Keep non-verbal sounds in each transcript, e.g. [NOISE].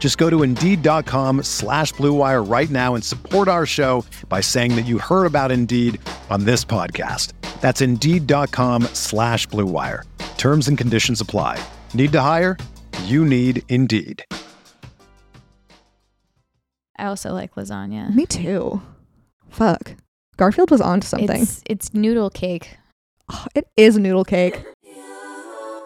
Just go to Indeed.com slash BlueWire right now and support our show by saying that you heard about Indeed on this podcast. That's Indeed.com slash BlueWire. Terms and conditions apply. Need to hire? You need Indeed. I also like lasagna. Me too. Fuck. Garfield was onto something. It's, It's, it's noodle cake. noodle cake.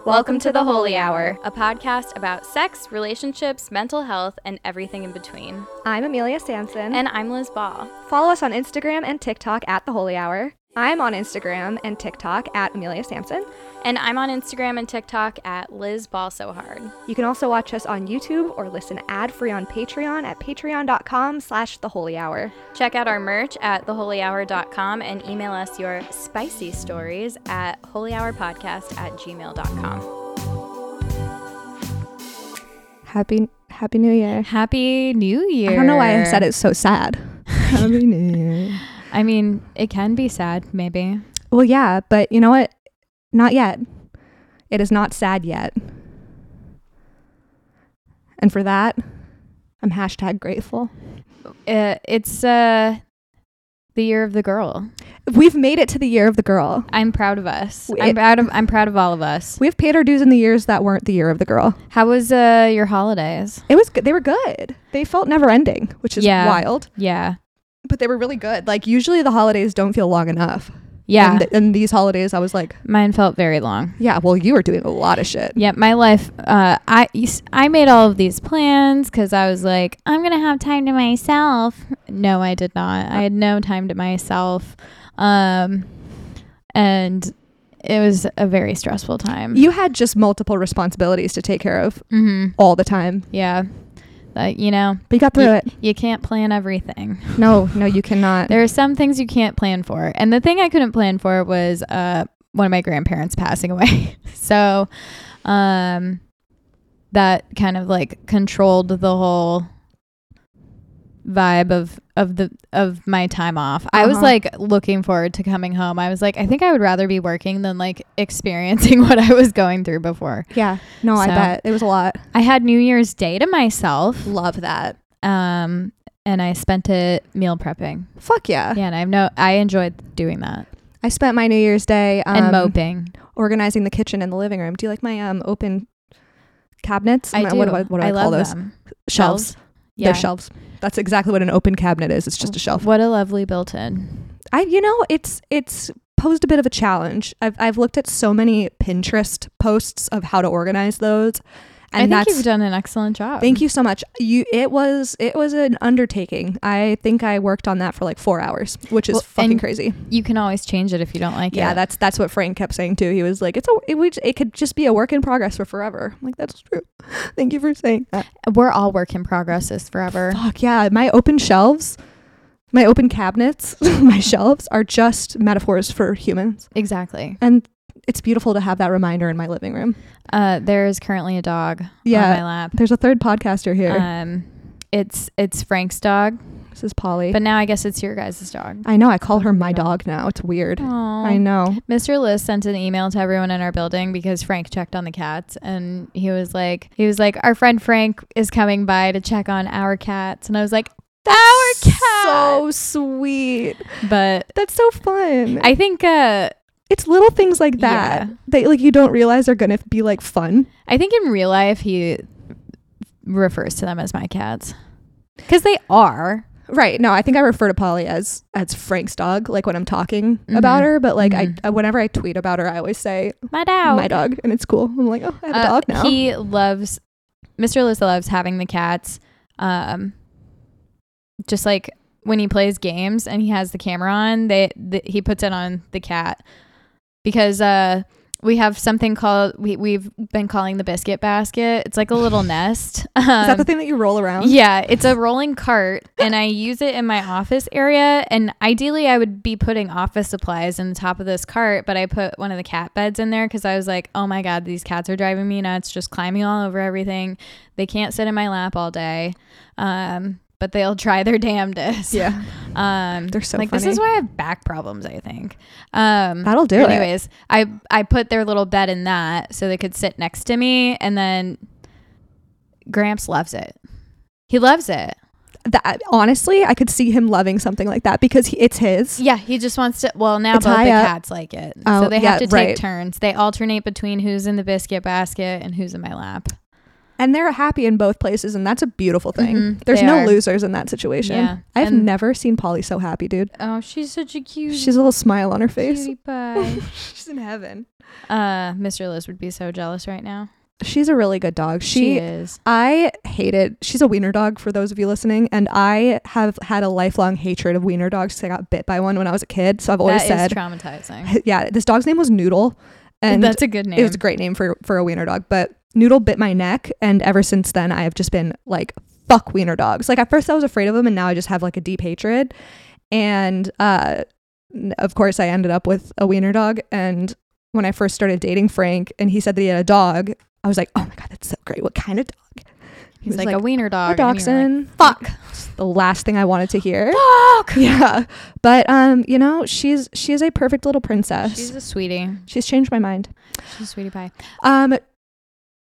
Welcome to the Holy Hour, a podcast about sex, relationships, mental health, and everything in between. I'm Amelia Sampson. And I'm Liz Ball. follow us on Instagram and TikTok at The Holy Hour. I'm on Instagram and TikTok at Amelia Sampson. And I'm on Instagram and TikTok at Liz Ball So Hard. You can also watch us on YouTube or listen ad-free on Patreon at patreon.com slash The Holy Hour. Check out our merch at theholyhour.com and email us your spicy stories at holyhourpodcast at gmail.com. Happy Happy New Year. Happy New Year. I don't know why I said it so sad. Happy New Year. I mean, it can be sad, maybe. Well, yeah, but you know what? Not yet. It is not sad yet. And for that, I'm hashtag grateful. Uh, it's uh, the year of the girl. We've made it to the year of the girl. I'm proud of us. We- I'm proud of I'm proud of all of us. We've paid our dues in the years that weren't the year of the girl. How was uh your holidays? It was good. They were good. They felt never ending, which is Yeah. wild, Yeah. but they were really good. Like, usually the holidays don't feel long enough. Yeah. And, th- and these holidays, I was like, Mine felt very long. yeah, well, you were doing a lot of shit. Yeah, my life uh I you s- I made all of these plans cuz I was like I'm going to have time to myself. No, I did not. I had no time to myself. Um and it was a very stressful time. You had just multiple responsibilities to take care of mhm. all the time, Yeah. But you know, but you got through you, it. you can't plan everything. No, no, you cannot. There are some things you can't plan for. And the thing I couldn't plan for was uh, one of my grandparents passing away. [LAUGHS] so um, that kind of like controlled the whole vibe of of the of my time off. I was Uh-huh. like looking forward to coming home. I was like I think I would rather be working than like experiencing [LAUGHS] what I was going through before. yeah, no, I So- bet it was a lot. I had New Year's Day to myself Love that. um and I spent it meal prepping. Fuck yeah. [LAUGHS] Yeah, and I've no I enjoyed doing that. I spent my New Year's Day um, and moping. organizing the kitchen and the living room. Do you like my um open cabinets? My- What, what, what do I, call those? them. Shelves. Yeah. They're shelves. That's exactly what an open cabinet is. It's just a shelf. What a lovely built-in. I, you know, it's it's posed a bit of a challenge. I've I've looked at so many Pinterest posts of how to organize those, and I that's think you've done an excellent job. Thank you so much. You it was it was an undertaking. I think I worked on that for like 4 hours, which is Well, fucking and crazy. You can always change it if you don't like Yeah, it. that's that's what Frank kept saying too. He was like it's a it, would, it could just be a work in progress for forever. I'm like that's true. [LAUGHS] Thank you for saying that. We're all work in progress is forever. Fuck yeah, my open shelves, my open cabinets, [LAUGHS] my shelves are just metaphors for humans. Exactly. And it's beautiful to have that reminder in my living room. Uh, there is currently a dog on my Yeah. lap. There's a third podcaster here. Um, it's it's Frank's dog, this is Polly. but now I guess it's your guys' dog. I know I call her my dog now. It's weird. I Aww. know. Mr. Liz sent an email to everyone in our building because Frank checked on the cats and he was like he was like our friend Frank is coming by to check on our cats and I was like our cat So sweet. but That's so fun. I think uh it's little things like that Yeah. that like you don't realize are gonna be like fun. I think in real life he refers to them as my cats cuz they are Right. No, I think I refer to Polly as as Frank's dog, like when I'm talking about Mhm. her. But like Mhm. I, I, whenever I tweet about her, I always say My dog. my dog, and it's cool. I'm like, oh, [LAUGHS] I have a Uh, dog now. He loves Mr. Alyssa loves having the cats. Um, just like when he plays games and he has the camera on, they th- he puts it on the cat because uh we have something called we we've been calling the biscuit basket. It's like a [LAUGHS] little nest. Um, Is that the thing that you roll around? yeah, it's a rolling cart, and I use it in my office area. And ideally, I would be putting office supplies in the top of this cart, but I put one of the cat beds in there because I was like, oh my God, these cats are driving me nuts, just climbing all over everything. They can't sit in my lap all day, um, but they'll try their [LAUGHS] damnedest. [LAUGHS] Yeah. Um, They're so like, this is funny. why I have back problems, I think. Um, That'll do it. Anyways, I, I put their little bed in that so they could sit next to me, and then Gramps loves it. He loves it. That, honestly, I could see him loving something like that because he, it's his. Yeah, he just wants to. Well, now It's both the high up. cats like it, Oh, so they yeah, have to take right. turns. They alternate between who's in the biscuit basket and who's in my lap. And they're happy in both places, and that's a beautiful thing. Mhm, There's they no are. losers in that situation. Yeah, I've and- never seen Polly so happy, dude. Oh, she's such a cute. She's a little smile on her face. cutie pie. [LAUGHS] She's in heaven. [LAUGHS] uh, Mr. Liz would be so jealous right now. She's a really good dog. She, She, is. I hated. She's a wiener dog for those of you listening, and I have had a lifelong hatred of wiener dogs 'cause I got bit by one when I was a kid. So I've always That is said, traumatizing. [LAUGHS] yeah, this dog's name was Noodle, and That's a good name. it was a great name for for a wiener dog. But Noodle bit my neck, and ever since then, I have just been like, fuck wiener dogs. Like at first, I was afraid of them, and now I just have like a deep hatred. And uh, n- of course, I ended up with a wiener dog. And when I first started dating Frank, and he said that he had a dog, I was like, oh my god, that's so great. What kind of dog? He's like, a wiener a dog. and you were like, dachshund. Fuck. the last thing I wanted to hear. Fuck. [LAUGHS] Yeah, but um, you know, she's she is a perfect little princess. She's She's, a sweetie. changed my mind. She's a sweetie pie. Um,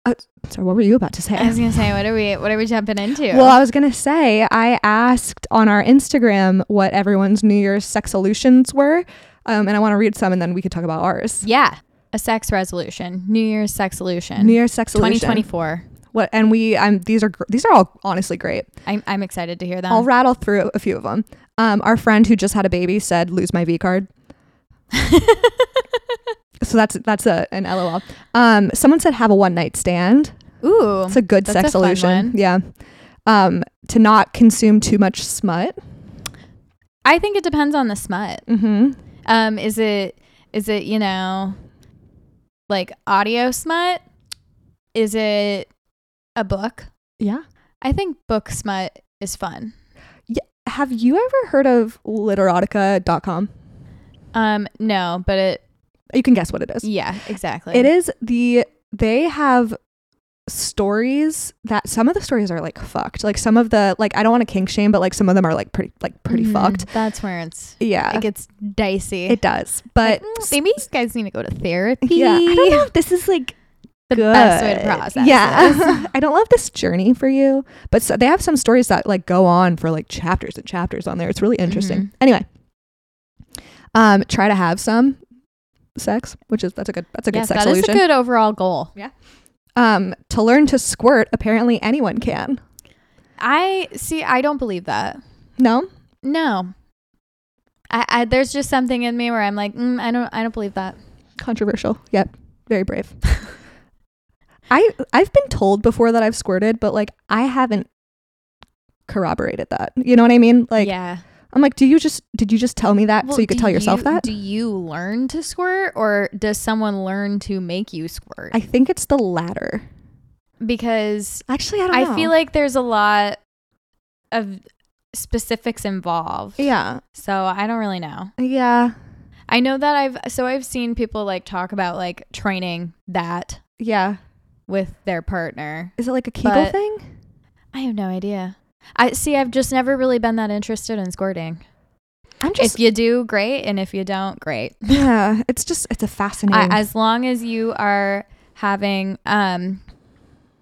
uh, sorry, what were you about to say? I was gonna say, what are we? What are we jumping into? well, I was gonna say I asked on our Instagram what everyone's New Year's sex solutions were, um, and I want to read some, and then we could talk about ours. yeah, a sex resolution, New Year's sex solution, New Year's sex solution. 2024. What? And we, um, these are gr- these are all honestly great. I'm, I'm excited to hear them. I'll rattle through a few of them. Um, our friend who just had a baby said, "Lose my V card." So that's that's a an LOL. Um, someone said, "Have a one night stand." [LAUGHS] Ooh, It's a good That's sex a fun solution. one. Yeah. Um, to not consume too much smut. I think it depends on the smut. Mm-hmm. Um, is it is it you know, like audio smut? Is it a book? Yeah. I think book smut is fun. Have you ever heard of literotica.com? Um, no, but it You can guess what it is. yeah, exactly. It is the they have stories that some of the stories are like fucked. Like some of the like I don't want to kink shame, but like some of them are like pretty like pretty Mhm. fucked. That's where it's Yeah. it gets dicey. It does. But Like, mm, maybe you guys need to go to therapy. yeah, I don't know if this is like the good. best way to process. [LAUGHS] this. [LAUGHS] Yeah. I don't love this journey for you, but so they have some stories that like go on for like chapters and chapters on there. It's really interesting. Mhm. Anyway, um, try to have some sex, which is that's a good that's a good yes, sex that is solution. a good overall goal. um, to learn to squirt, apparently anyone can. I see. I don't believe that. No, No. I, I there's just something in me where I'm like, mm, I don't I don't believe that. controversial. Yep, very brave. [LAUGHS] I I've been told before that I've squirted, but like I haven't corroborated that. You know what I mean? Like yeah. I'm like, do you just did you just tell me that so you could tell yourself that? Do you learn to squirt or does someone learn to make you squirt? I think it's the latter. because Actually, I don't I, know. feel like there's a lot of specifics involved. yeah, So I don't really know. yeah, I know that I've so I've seen people like talk about like training that yeah. with their partner. Is it like a Kegel But- thing? I have no idea. I see. I've just never really been that interested in squirting. I'm just if you do, great, and if you don't, great. [LAUGHS] yeah. It's just it's a fascinating. I, as long as you are having um,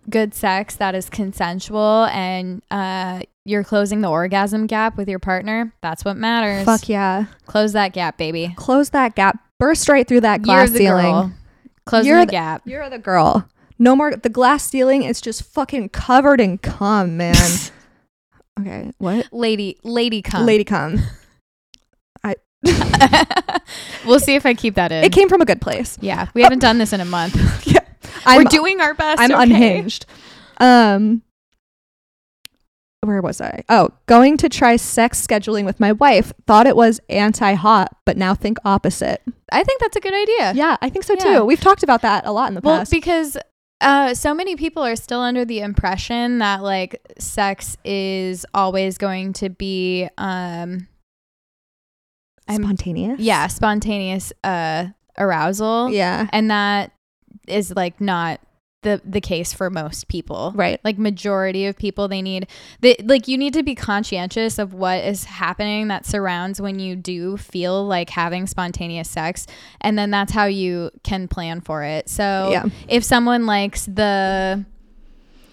good sex that is consensual and uh, you're closing the orgasm gap with your partner, that's what matters. Fuck yeah! Close that gap, baby. Close that gap. Burst right through that glass you're the ceiling. girl. Closing You're the the- gap. You're [LAUGHS] the girl. No more. The glass ceiling is just fucking covered in cum, [LAUGHS] man. Okay. What? Lady, lady come. Lady come. [LAUGHS] [LAUGHS] we'll see if I keep that in. It came from a good place. yeah, we haven't done this in a month. [LAUGHS] I'm, We're doing our best. I'm okay? unhinged. Um where was I? Oh, going to try sex scheduling with my wife. Thought it was anti-hot, but now think opposite. I think that's a good idea. Yeah, I think so Yeah. too. We've talked about that a lot in the Well, past. because uh, so many people are still under the impression that like sex is always going to be, um, I'm- Spontaneous. yeah, spontaneous uh, arousal, Yeah. and that is like not the the case for most people. Right. Like majority of people, they need they like you need to be conscientious of what is happening that surrounds when you do feel like having spontaneous sex, and then that's how you can plan for it. So Yeah. if someone likes the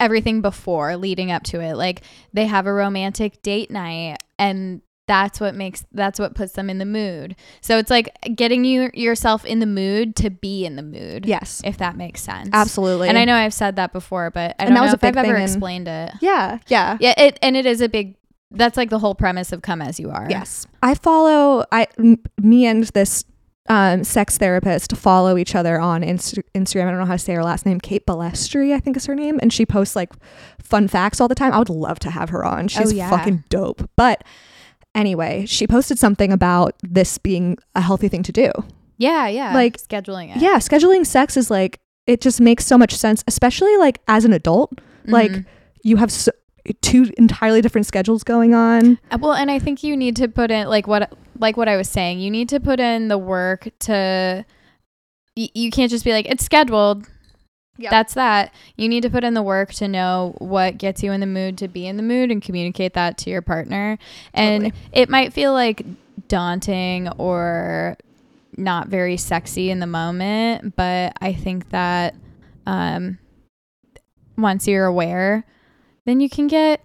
everything before leading up to it like they have a romantic date night and that's what makes that's what puts them in the mood so it's like getting you yourself in the mood to be in the mood Yes. if that makes sense Absolutely. and i know i've said that before but i don't And that know was a if i've big ever thing in- explained it Yeah. Yeah. yeah it and it is a big that's like the whole premise of come as you are Yes. I follow I m- me and this um, sex therapist follow each other on Inst- Instagram. I don't know how to say her last name. Kate Balestri, I think is her name, and she posts like fun facts all the time. I would love to have her on. She's yeah. fucking dope. But anyway, she posted something about this being a healthy thing to do. yeah yeah Like- scheduling it Yeah, scheduling sex is like it just makes so much sense, especially like as an adult. Like Mhm. you have so, two entirely different schedules going on. Uh, Well, and I think you need to put in like what like what I was saying. You need to put in the work to. y- You can't just be like it's scheduled. Yeah. That's that. You need to put in the work to know what gets you in the mood to be in the mood and communicate that to your partner. And Totally. it might feel like daunting or not very sexy in the moment, but I think that um, once you're aware, then you can get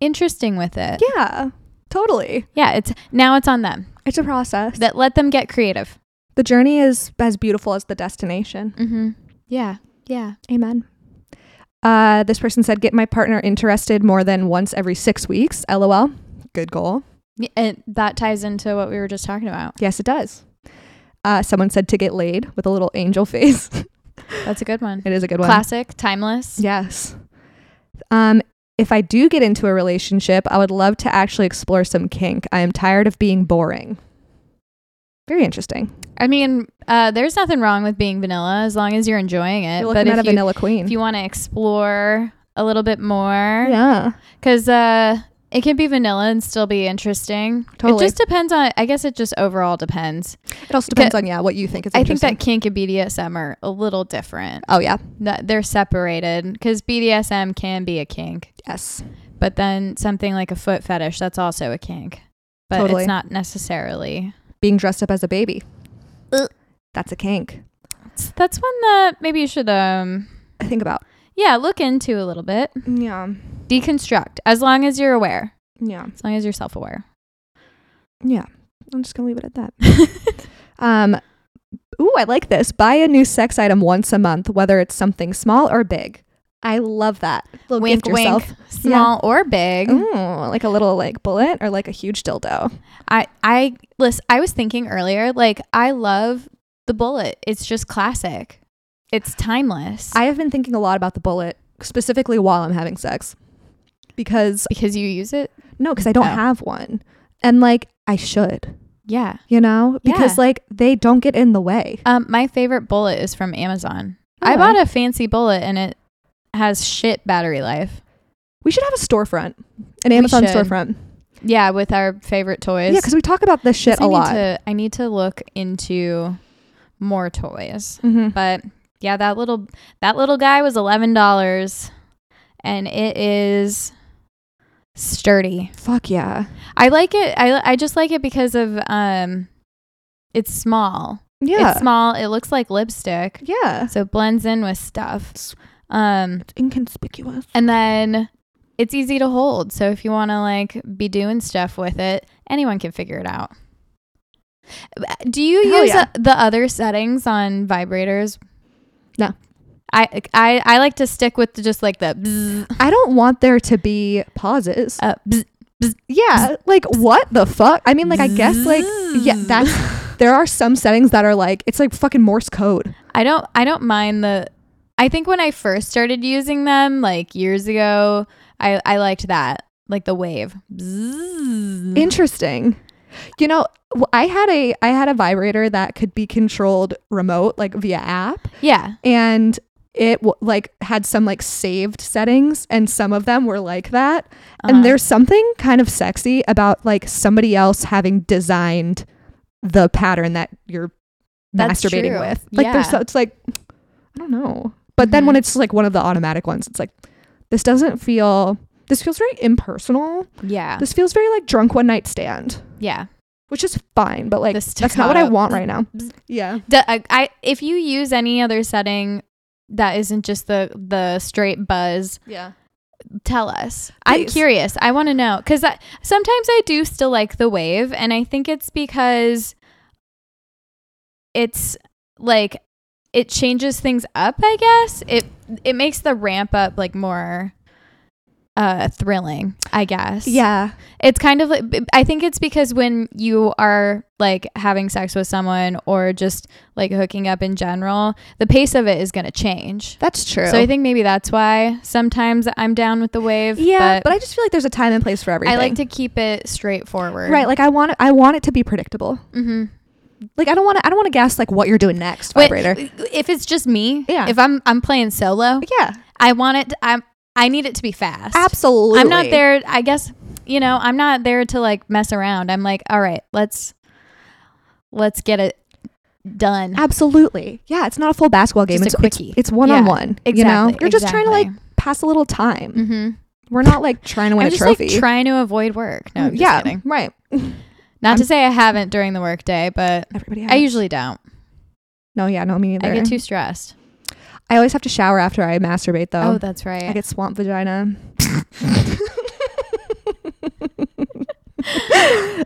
interesting with it. Yeah. Totally. Yeah, it's now it's on them. It's a process. That let them get creative. The journey is as beautiful as the destination. Mm-hmm. Yeah, yeah. Amen. Uh, this person said, get my partner interested more than once every six weeks. LOL. Good goal. Y- And that ties into what we were just talking about. Yes, it does. Uh, someone said to get laid with a little angel [LAUGHS] face. That's a good one. it is a good one. Classic, timeless. Yes. Um, if I do get into a relationship, I would love to actually explore some kink. I am tired of being boring. Very interesting. I mean, uh, there's nothing wrong with being vanilla as long as you're enjoying it. You're but looking if at a you, vanilla queen. if you want to explore a little bit more, yeah. because uh, it can be vanilla and still be interesting. Totally. It just depends on. I guess it just overall depends. It also depends on, yeah, what you think is I think interesting. that kink and BDSM are a little different. Oh, yeah. That they're separated because BDSM can be a kink. Yes. But then something like a foot fetish, that's also a kink. But Totally. it's not necessarily. being dressed up as a baby. Ugh. That's a kink. It's- That's one that maybe you should um Think about. yeah, look into a little bit. Yeah. Deconstruct as long as you're aware. Yeah. As long as you're self-aware. Yeah. I'm just gonna leave it at that. Um Ooh, I like this. Buy a new sex item once a month, whether it's something small or big. I love that. [LAUGHS] Little wink gift yourself. Mm-hmm. wink, small or big. Ooh, like a little like bullet or like a huge dildo. I I listen, I was thinking earlier like I love the bullet. It's just classic. It's timeless. I have been thinking a lot about the bullet, specifically while I'm having sex. Because because you use it. no, because I don't Oh. have one. And like I should, Yeah. you know? Because Yeah. like they don't get in the way. Um, my favorite bullet is from Amazon. Oh. I bought a fancy bullet and it has shit battery life. We should have a storefront, an We Amazon should. storefront. Yeah, with our favorite toys. yeah, because we talk about this shit I a need lot. To, I need to look into more toys. Mhm. But yeah, that little that little guy was eleven dollars, and it is sturdy. Fuck yeah, I like it. I I just like it because of um, it's small. yeah, It's small. It looks like lipstick, yeah. so it blends in with stuff. Um, It's inconspicuous. And then it's easy to hold. So if you want to like be doing stuff with it, anyone can figure it out. Do you Hell use yeah. uh, the other settings on vibrators? No. I- I I, I like to stick with just like the bzz, I don't want there to be pauses. uh, bzz. Yeah, like what the fuck? I mean, like I guess like yeah, that's there are some settings that are like it's like fucking Morse code. I don't I don't mind the I think when I first started using them like years ago, I I liked that. Like the wave. Bzzz. Interesting. You know, w- I had a I had a vibrator that could be controlled remote like via app Yeah. and it w- like had some like saved settings and some of them were like that. Uh-huh. And there's something kind of sexy about like somebody else having designed the pattern that you're That's masturbating true. with. Like Yeah. there's so, it's like I don't know. But then when Mhm. it's like one of the automatic ones, it's like this doesn't feel this feels very impersonal. Yeah. This feels very like drunk one night stand, yeah. which is fine, but like The that's not what I staccato. want right now. Bzz. Yeah. D- I, I if you use any other setting that isn't just the the straight buzz, Yeah. tell us. I'm Please. curious. I want to know because sometimes I do still like the wave, and I think it's because it's like it changes things up. I guess it it makes the ramp up like more uh thrilling. I guess. Yeah. It's kind of like b- I think it's because when you are like having sex with someone or just like hooking up in general, the pace of it is going to change. That's true. So I think maybe that's why sometimes I'm down with the wave. yeah, but, but, I just feel like there's a time and place for everything. I like to keep it straightforward. Right, like I want I want it to be predictable. Mm-hmm. Like I don't want to I don't want to guess like what you're doing next vibrator. if it's just me, Yeah. If I'm I'm playing solo, yeah. I want it. To, I'm I need it to be fast. Absolutely. I'm not there. I guess you know I'm not there to like mess around. I'm like, all right, let's let's get it done. Absolutely. Yeah, it's not a full basketball game. Just it's a quickie. It's, it's one-on-one. Yeah, You know? exactly, You're just trying to like exactly. pass a little time. Mm-hmm. We're not like trying to win [LAUGHS] I'm a just trophy. Mm, like trying to avoid work. No, I'm just yeah. kidding. Right. Not to I'm- say I haven't during the workday, but Everybody I has. usually don't. No, yeah, no me either. I get too stressed. I always have to shower after I masturbate though. Oh, that's right. I get swamp vagina. [LAUGHS]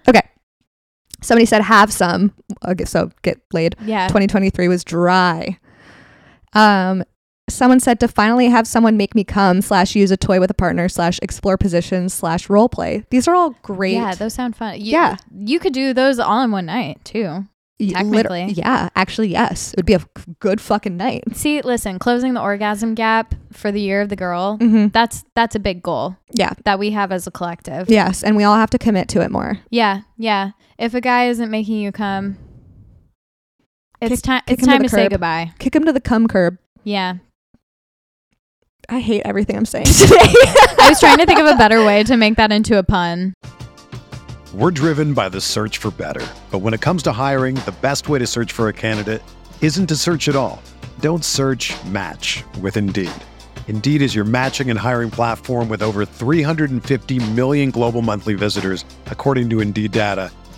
okay. Somebody said have some. Okay, so get laid. yeah. 2023 was dry. Um, someone said to finally have someone make me come slash use a toy with a partner slash explore positions slash role play. These are all great. Yeah, those sound fun. You, Yeah. You could do those all in one night, too. y- technically. yeah, actually, yes, it would be a f- good fucking night. See, listen, closing the orgasm gap for the year of the girl, Mm-hmm. that's that's a big goal Yeah. that we have as a collective. Yeah. Yes, and we all have to commit to it more. yeah, If a guy isn't making you come, it's Kick- time kick it's him to time the to say curb. goodbye. Kick him to the cum curb. Yeah. I hate everything I'm saying today. I was trying to think of a better way to make that into a pun. We're driven by the search for better. But when it comes to hiring, the best way to search for a candidate isn't to search at all. Don't search match with Indeed. Indeed is your matching and hiring platform with over 350 million global monthly visitors, according to Indeed data,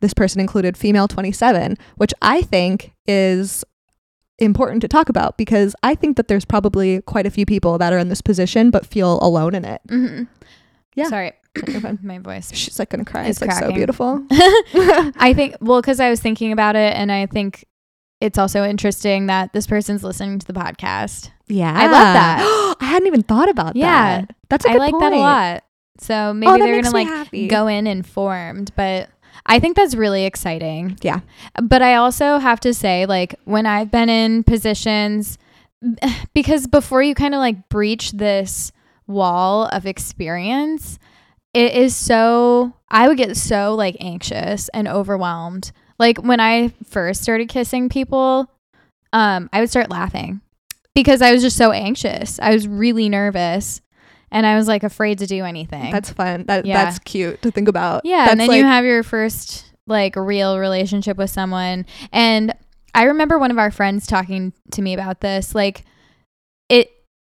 this person included female 27, which I think is important to talk about because I think that there's probably quite a few people that are in this position but feel alone in it. Mm-hmm. Yeah. Sorry, Okay. my voice. She's like gonna cry. It's It's, like so cracking. [LAUGHS] beautiful. [LAUGHS] I think well because I was thinking about it, and I think it's also interesting that this person's listening to the podcast. Yeah, I love [GASPS] that. [GASPS] I hadn't even thought about Yeah. that. that's a I good like point. that a lot. So maybe Oh, that they're makes gonna me like happy. go in informed, but I think that's really exciting. Yeah. But I also have to say, like, when I've been in positions, because before you kind of like breach this wall of experience, it is so, I would get so like anxious and overwhelmed. Like, when I first started kissing people, um, I would start laughing because I was just so anxious. I was really nervous and I was like afraid to do anything. That's fun. That Yeah. that's cute to think about. Yeah, that's and then like, you have your first like real relationship with someone. And I remember one of our friends talking to me about this. Like it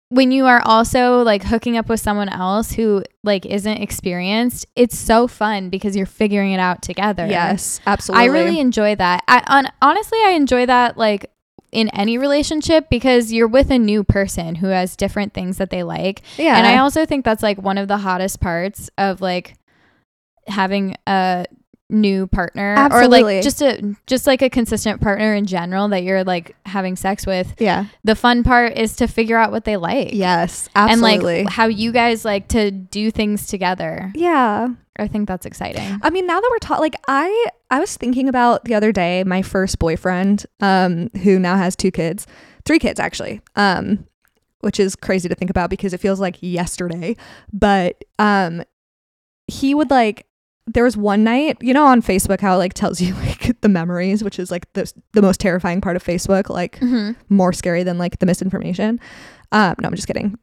when you are also like hooking up with someone else who like isn't experienced, it's so fun because you're figuring it out together. yes, absolutely. I really enjoy that. I on, honestly, I enjoy that like in any relationship because you're with a new person who has different things that they like. yeah, And I also think that's like one of the hottest parts of like having a new partner or Absolutely. like just a just like a consistent partner in general that you're like having sex with. yeah, The fun part is to figure out what they like. yes, absolutely. [SIGHS] And like how you guys like to do things together. yeah. I think that's exciting. I mean, now that we're talking, like I, I was thinking about the other day my first boyfriend, um, who now has two kids, three kids actually, um, which is crazy to think about because it feels like yesterday. But um, he would like there was one night, you know, on Facebook how it like tells [LAUGHS] you like the memories, which is like the the most terrifying part of Facebook, like Mm-hmm. more scary than like the misinformation. Um, no, I'm just kidding.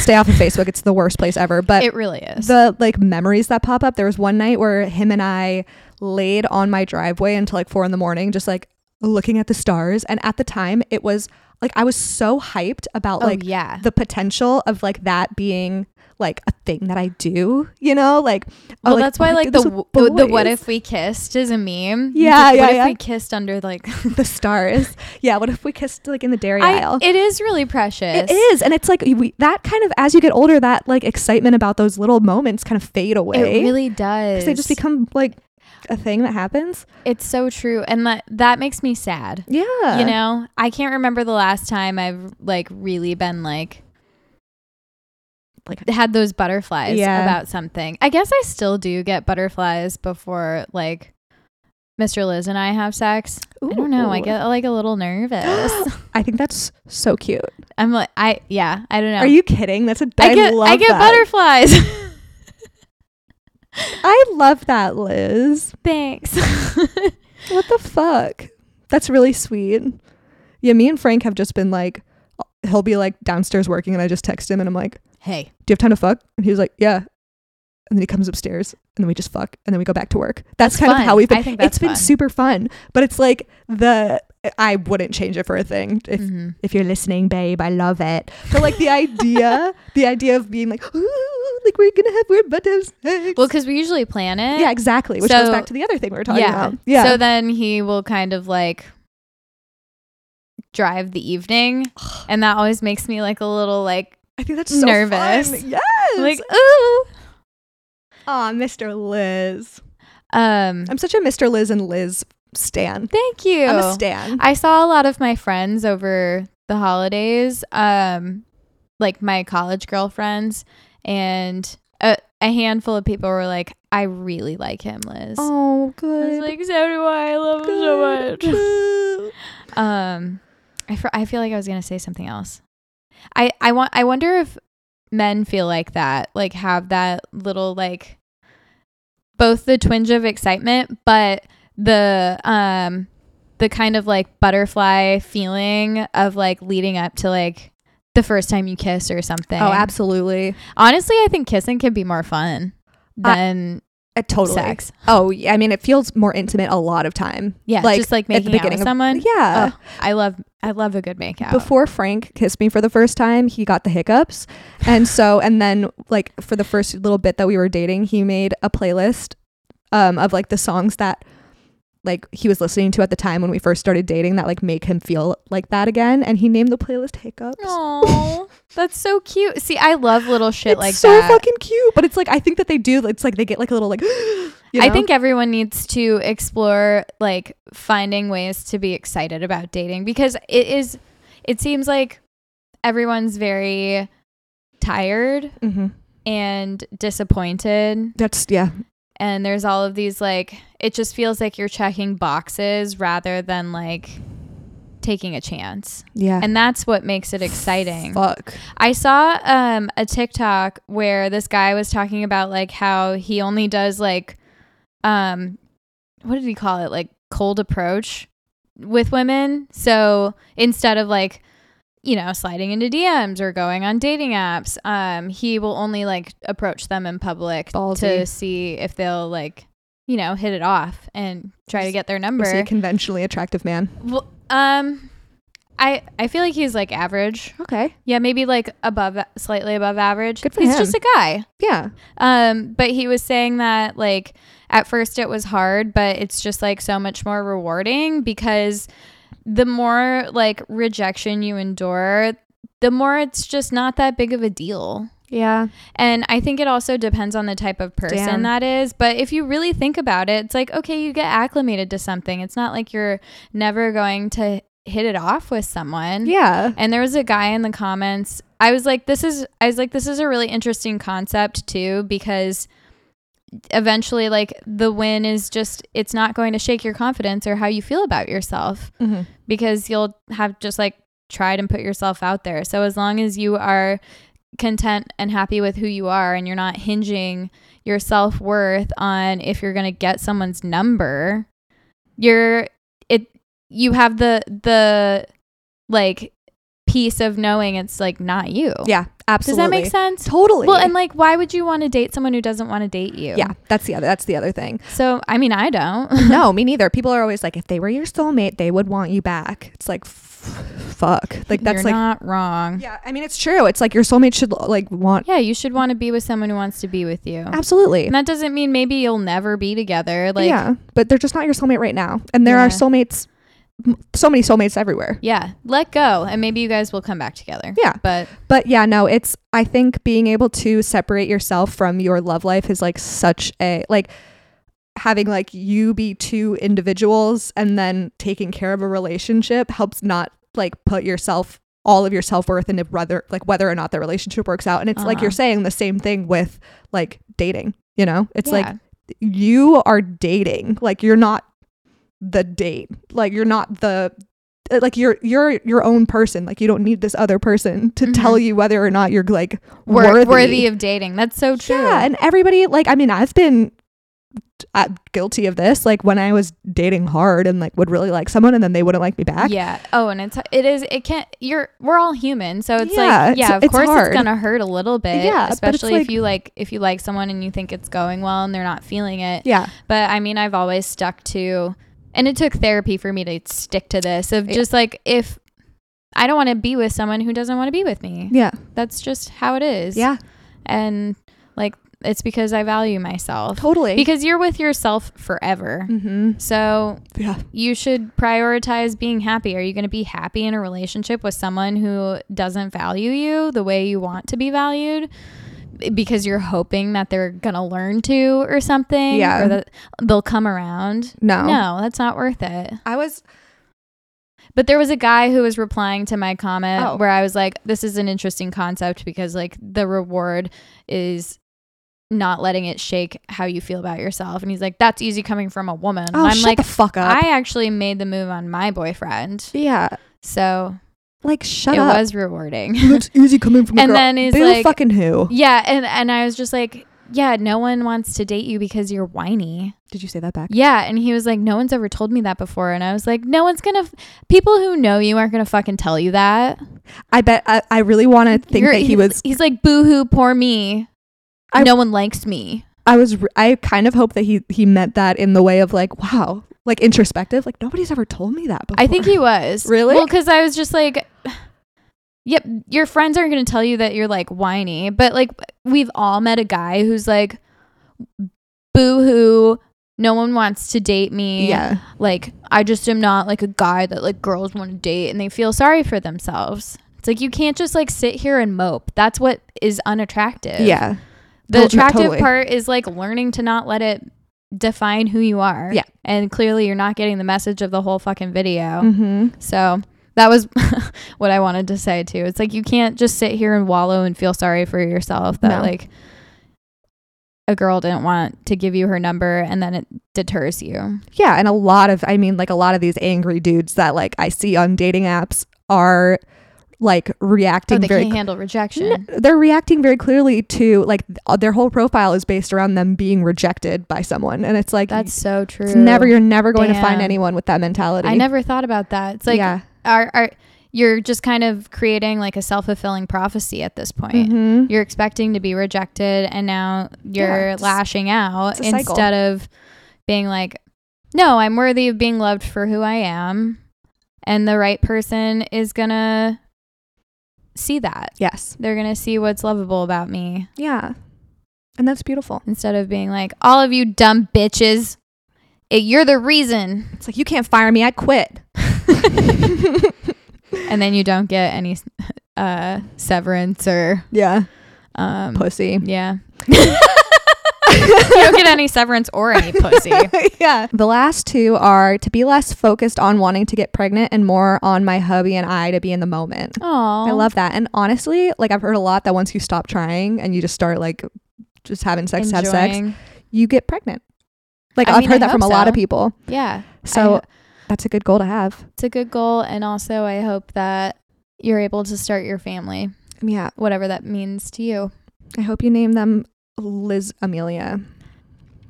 Stay off of Facebook; it's the worst place ever. But It really is. uh, the like memories that pop up. There was one night where him and I laid on my driveway until like four in the morning, just like looking at the stars. And at the time, it was like I was so hyped about Oh, like yeah. the potential of like that being like a thing that I do. You know, like oh, well, like, that's why I like did the this w- with the what boys. if we kissed is a meme. It's Yeah, like, [LAUGHS] yeah, What yeah. if we kissed under like [LAUGHS] the stars. Yeah, what if we kissed like in the dairy I, aisle? it is really precious. It is, and it's like we, that kind of as you get older, that like excitement about those little moments kind of fade away. It really does. because they just become like a thing that happens. It's so true, and that that makes me sad. Yeah, You know, I can't remember the last time I've like really been like Like- like had those butterflies Yeah. about something. I guess I still do get butterflies before like Mr. Liz and I have sex. I don't know. I Ooh. get like a little [GASPS] nervous. I think that's so cute. I'm like I yeah, I don't know. Are you kidding? That's a I get I, love get that. butterflies. I love that, Liz. [LAUGHS] Thanks. What the fuck? That's really sweet. Yeah, me and Frank have just been like, he'll be like downstairs working, and I just text him, and I'm like, hey. "Do you have time to fuck?" And he's like, "Yeah." And then he comes upstairs, and then we just fuck, and then we go back to work. That's, kind fun. of how we've been. I think It's that's been fun. super fun, but it's like the I wouldn't change it for a thing. If Mhm. if you're listening, babe, I love it. But like the idea, the idea of being like, ooh, like we're gonna have we're about to have sex. [LAUGHS] Well, because we usually plan it. yeah, exactly. Which goes so- back to the other thing we were talking about. Yeah. So then he will kind of like drive the evening, and that always makes me like a little like I think that's so nervous. Fun. Yes. like ooh. Aw, Mr. Liz. Um, I'm such a Mr. Liz and Liz stan. thank you. I'm a stan. I saw a lot of my friends over the holidays, um, like my college girlfriends, and a, a handful of people were like, "I really like him, Liz." oh, I was good. like, so do I. I love him good. so much. [LAUGHS] Ooh. Um, I, fr- I feel like I was gonna say something else. I I want I wonder if men feel like that, like have that little like both the twinge of excitement, but the um the kind of like butterfly feeling of like leading up to like the first time you kiss or something. Oh, absolutely. Honestly, I think kissing can be more fun I- than Uh, totally. sex. Oh, yeah. I mean, it feels more intimate a lot of time. Yeah, just like at making the out with beginning of- someone. yeah. Oh, I love I love a good makeout. Before Frank kissed me for the first time, he got the hiccups. And [LAUGHS] so, and then like for the first little bit that we were dating, he made a playlist um, of like the songs that like he was listening to at the time when we first started dating that like make him feel like that again. And he named the playlist Hiccups. Aw, that's so cute. See, I love little shit it's like so that. fucking cute. But it's like, I think that they do. It's like they get like a little like, [GASPS] you I know? think everyone needs to explore like finding ways to be excited about dating because it is it seems like everyone's very tired Mhm. and disappointed that's, yeah. and there's all of these like it just feels like you're checking boxes rather than like taking a chance. Yeah. And that's what makes it exciting. Fuck. I saw um, a TikTok where this guy was talking about like how he only does like, um, what did he call it? Like cold approach with women. So instead of like, you know, sliding into DMs or going on dating apps, um, he will only like approach them in public to Ballsy. see if they'll like, you know, hit it off and try to get their number. Was he a conventionally attractive man? Well, um, I I feel like he's like average. Okay. Yeah, maybe like above, slightly above average. Good for He's him. just a guy. Yeah. Um, but he was saying that like at first it was hard, but it's just like so much more rewarding because the more like rejection you endure, the more it's just not that big of a deal. Yeah. And I think it also depends on the type of person Damn. that is. But if you really think about it, it's like, okay, you get acclimated to something. It's not like you're never going to hit it off with someone. Yeah. And there was a guy in the comments. I was like, this is I was like, this is a really interesting concept too, because eventually like the win is just it's not going to shake your confidence or how you feel about yourself Mhm. because you'll have just like tried and put yourself out there. So as long as you are content and happy with who you are and you're not hinging your self-worth on if you're going to get someone's number, you're it you have the the like piece of knowing it's like not you. Yeah. Does Absolutely. that make sense? Totally. Well, and like why would you want to date someone who doesn't want to date you? yeah, that's the other that's the other [LAUGHS] thing. So, I mean, I don't. [LAUGHS] No, me neither. People are always like, if they were your soulmate, they would want you back. It's like, f- fuck. Like that's you're like, not wrong. Yeah. yeah. I mean, it's true. It's like your soulmate should like want you should want to be with someone who wants to be with you. absolutely. And that doesn't mean maybe you'll never be together. Like yeah, but they're just not your soulmate right now, and there Yeah. are soulmates, m- so many soulmates everywhere. yeah, let go and maybe you guys will come back together. Yeah. But But yeah, no, it's I think being able to separate yourself from your love life is like such a like having like you be two individuals and then taking care of a relationship helps not like put yourself all of your self-worth into whether like whether or not the relationship works out. And it's like you're Uh-huh. saying the same thing with like dating, you know? It's Yeah. like you are dating. Like you're not the date. Like you're not the like you're you're your own person. Like you don't need this other person to Mhm. tell you whether or not you're like wor- worthy. worthy. of dating. That's so true. yeah, and everybody like I mean I've been uh, guilty of this. Like when I was dating hard and like would really like someone and then they wouldn't like me back. Yeah. Oh, and it's it is it can't you're we're all human, so it's Yeah, like it's- yeah, of it's course hard. it's gonna hurt a little bit. Yeah, but it's especially like- if you like if you like someone and you think it's going well and they're not feeling it. Yeah. But I mean, I've always stuck to, and it took therapy for me to stick to this of Yeah. just like if I don't want to be with someone who doesn't want to be with me. Yeah. That's just how it is. Yeah. And like it's because I value myself. Totally. Because you're with yourself forever. mm-hmm. So Yeah. you should prioritize being happy. Are you going to be happy in a relationship with someone who doesn't value you the way you want to be valued? Because you're hoping that they're going to learn to or something, Yeah. or that they'll come around. No. No, that's not worth it. I was But there was a guy who was replying to my comment Oh. where I was like, "This is an interesting concept because like the reward is." Not letting it shake how you feel about yourself, and he's like, "That's easy coming from a woman." And Oh, I'm shut like, the fuck up. I actually made the move on my boyfriend. yeah. So Like shut it up. was rewarding. [LAUGHS] It's easy coming from a And girl. then he's Boo like- fucking who? yeah, and and I was just like yeah, no one wants to date you because you're whiny. Did you say that back? Yeah. And he was like, no one's ever told me that before. And I was like, no one's going to, f- people who know you aren't going to fucking tell you that. I bet I, I really want to think You're- that he was. He's like, boo hoo, poor me. I- no one likes me. I was. r- I kind of hope that he he meant that in the way of like, wow, like introspective. Like nobody's ever told me that. Before. I think he was. Really? Well, because I was just like, yep, your friends aren't going to tell you that you're like whiny, but like we've all met a guy who's like, boo hoo, no one wants to date me. Yeah. Like, I just am not like a guy that like girls want to date and they feel sorry for themselves. It's like you can't just like sit here and mope. That's what is unattractive. Yeah. The Tot- attractive totally. part is like learning to not let it define who you are. Yeah. And clearly you're not getting the message of the whole fucking video. Mm-hmm. So that was [LAUGHS] what I wanted to say too. It's like you can't just sit here and wallow and feel sorry for yourself that No. like a girl didn't want to give you her number and then it deters you. Yeah, and a lot of I mean like a lot of these angry dudes that like I see on dating apps are like Oh, reacting they very can't handle rejection. No, they're reacting very clearly to like th- their whole profile is based around them being rejected by someone and it's like That's so true. it's never you're never going to find Damn. anyone with that mentality. I never thought about that. It's like yeah. are are you're just kind of creating like a self-fulfilling prophecy at this point. Mhm. You're expecting to be rejected and now you're Yeah, it's- lashing out it's a cycle. instead of being like no, I'm worthy of being loved for who I am and the right person is going to see that. Yes. They're going to see what's lovable about me Yeah. And that's beautiful. instead of being like all of you dumb bitches it, you're the [LAUGHS] reason It's like you can't fire me, I quit. and then you don't get any [LAUGHS] uh severance or Yeah. um Pussy. [LAUGHS] [LAUGHS] Yeah. you don't get any severance or any pussy. yeah. The last two are to be less focused on wanting to get pregnant and more on my hubby and I to be in the moment. Oh, [LAUGHS] I love that. And honestly, like I've heard a lot that once you stop trying and you just start like just having sex to have sex, you get pregnant. Like I I have mean, I heard that hope from a lot of so. people. Yeah, So I- that's a good goal to have. it's a good goal, and also I hope that you're able to start your family, Yeah. whatever that means to you. I hope you name them Liz Amelia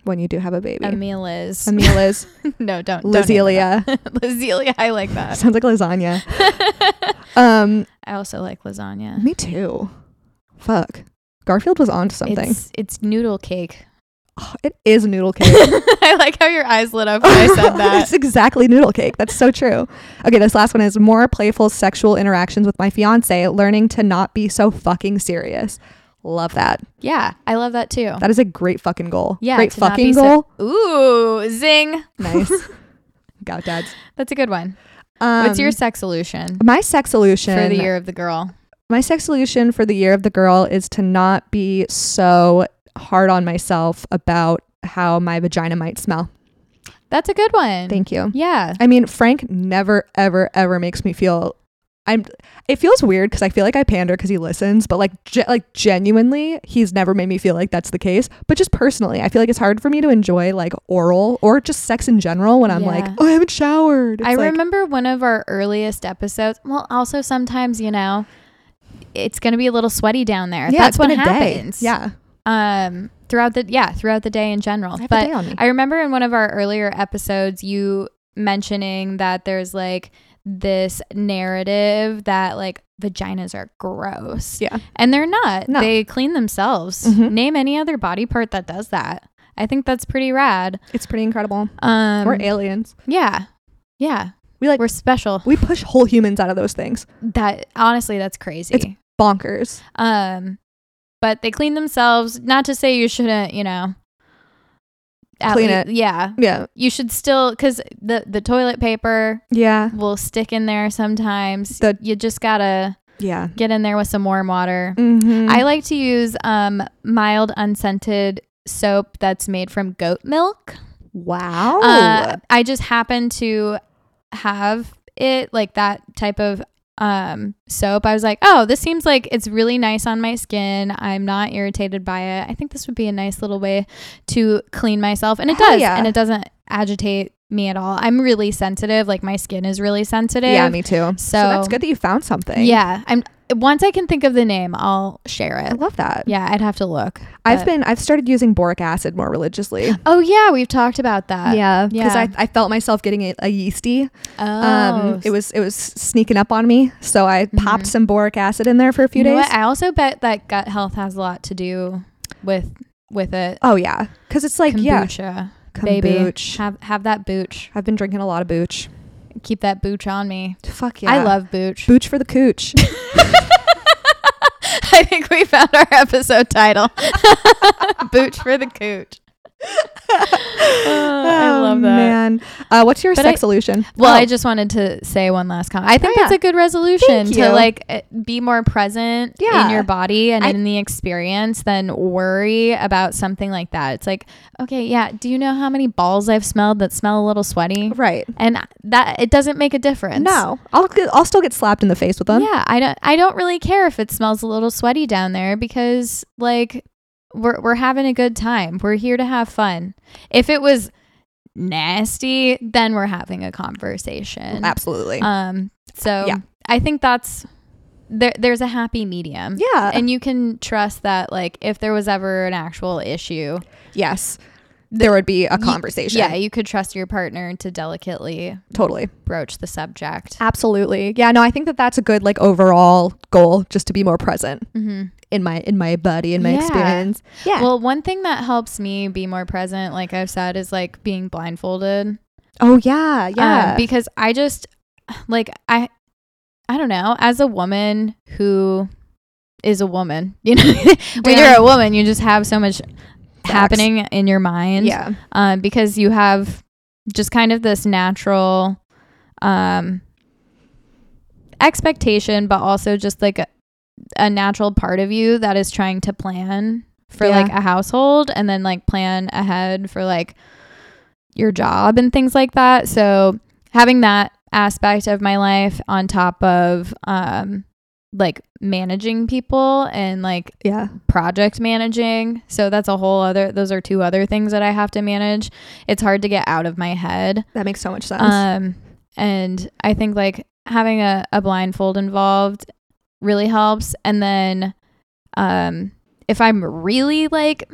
when you do have a baby. Amelia Amelia's. Amelia's [LAUGHS] no, don't. don't name it [LAUGHS] Lizelia. that. Lizelia. I like that. [LAUGHS] [LAUGHS] Sounds like lasagna. Um I also like lasagna. me too. Fuck. Garfield was on to something. It's, it's noodle [LAUGHS] cake. Oh, it is noodle [LAUGHS] cake. [LAUGHS] I like how your eyes lit up when I said that. it's exactly noodle cake. That's so true. Okay, this last one is more playful sexual interactions with my fiance, learning to not be so fucking serious. Love that. Yeah, I love that too. That is a great fucking goal. yeah, great to not fucking be so- [LAUGHS] goal. Ooh, zing. nice. [LAUGHS] Got dads. That's a good one. Um, What's your sex solution my sex solution for the year of the girl? My sex solution for the year of the girl is to not be so hard on myself about how my vagina might smell. Mm-hmm. That's a good one. Thank you. Yeah. I mean, Frank never, ever, ever makes me feel. I'm. It feels weird because I feel like I pander because he listens, but like, ge- like genuinely, he's never made me feel like that's the case. But just personally, I feel like it's hard for me to enjoy like oral or just sex in general when I'm like, Yeah. oh, I haven't showered. It's I like, remember one of our earliest episodes. Well, also sometimes, you know, it's going to be a little sweaty down there. Yeah, That's it's been what a day. happens. Yeah, Um throughout the yeah, throughout the day in general. I have a but day on me. I remember in one of our earlier episodes you mentioning that there's like this narrative that like vaginas are gross. yeah. And they're not. No. They clean themselves. Mhm. Name any other body part that does that. I think that's pretty rad. It's pretty incredible. Um, We're aliens. yeah, yeah, We like we're special. we push whole humans out of those things. That honestly, that's crazy. It's- Bonkers. um, but they clean themselves. Not to say you shouldn't, you know, at Clean it. Yeah, Yeah, you should still because the the toilet paper yeah, will stick in there sometimes. The- you just gotta yeah. get in there with some warm water. Mm-hmm. I like to use um mild unscented soap that's made from goat milk. wow. Uh, I just happen to have it like that type of um soap. I was like, oh, this seems like it's really nice on my skin. I'm not irritated by it. I think this would be a nice little way to clean myself, and it Hell does, yeah. and it doesn't agitate me at all. I'm really sensitive. Like my skin is really sensitive. Yeah, me too. So, that's good that you found something. Yeah, I'm. Once I can think of the name, I'll share I it. love that. Yeah, I'd have to look. I've but- been I've started using boric acid more religiously. Oh yeah, we've talked about that. yeah, because yeah. I, I felt myself getting a, a yeasty. Oh, Mm-hmm. Um, it was it was sneaking up on me, so I popped some boric acid in there for a You few know days. what? I also bet that gut health has a lot to do with with it. oh yeah, because it's like yeah, kombucha, baby. kombucha. Have have that booch. I've been drinking a lot of booch. Keep that booch on me. Fuck yeah, I love booch. [LAUGHS] [LAUGHS] booch for the cooch. I think we found our episode title. [LAUGHS] booch for the cooch. [LAUGHS] I Oh, love that. Man, uh, what's your But sex I- solution? Well, Oh, I just wanted to say one last comment. I think Oh, that's yeah. a good resolution Thank to you. like eh, be more present Yeah. in your body and I- in the experience than worry about something like that. It's like, okay, yeah, do you know how many balls I've smelled that smell a little sweaty? right. And that it doesn't make a difference. No, I'll get- I'll still get slapped in the face with them. Yeah, I don't I don't really care if it smells a little sweaty down there because like we're we're having a good time. We're here to have fun. If it was nasty, then we're having a conversation. Absolutely. Um, so Yeah. I think that's there. There's a happy medium. Yeah. and you can trust that. Like, if there was ever an actual issue, yes, there would be a conversation. yeah, you could trust your partner to delicately totally. broach the subject. Absolutely. Yeah, no, I think that that's a good like overall goal just to be more present in my in my body in my Yeah. experience. Yeah. Well, one thing that helps me be more present, like I've said, is like being blindfolded. oh yeah, yeah. Um, because I just like I I don't know, as a woman who is a woman, [LAUGHS] you know, when Yeah. you're a woman, you just have so much happening in your mind. yeah. um, because you have just kind of this natural um, expectation, but also just like a, a natural part of you that is trying to plan for Yeah. like a household and then like plan ahead for like your job and things like that. So having that aspect of my life on top of um, like managing people and like Yeah. project managing. So that's a whole other those are two other things that I have to manage. It's hard to get out of my head. That makes so much sense. Um and I think like having a, a blindfold involved really helps. And then um if I'm really like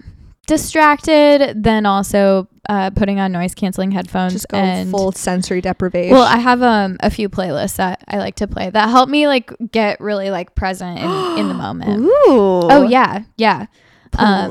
distracted, then also uh putting on noise canceling headphones just go and full sensory deprivation. well, I have um a few playlists that I like to play that help me like get really like present in, [GASPS] in the moment. Ooh. Oh yeah, yeah. Um,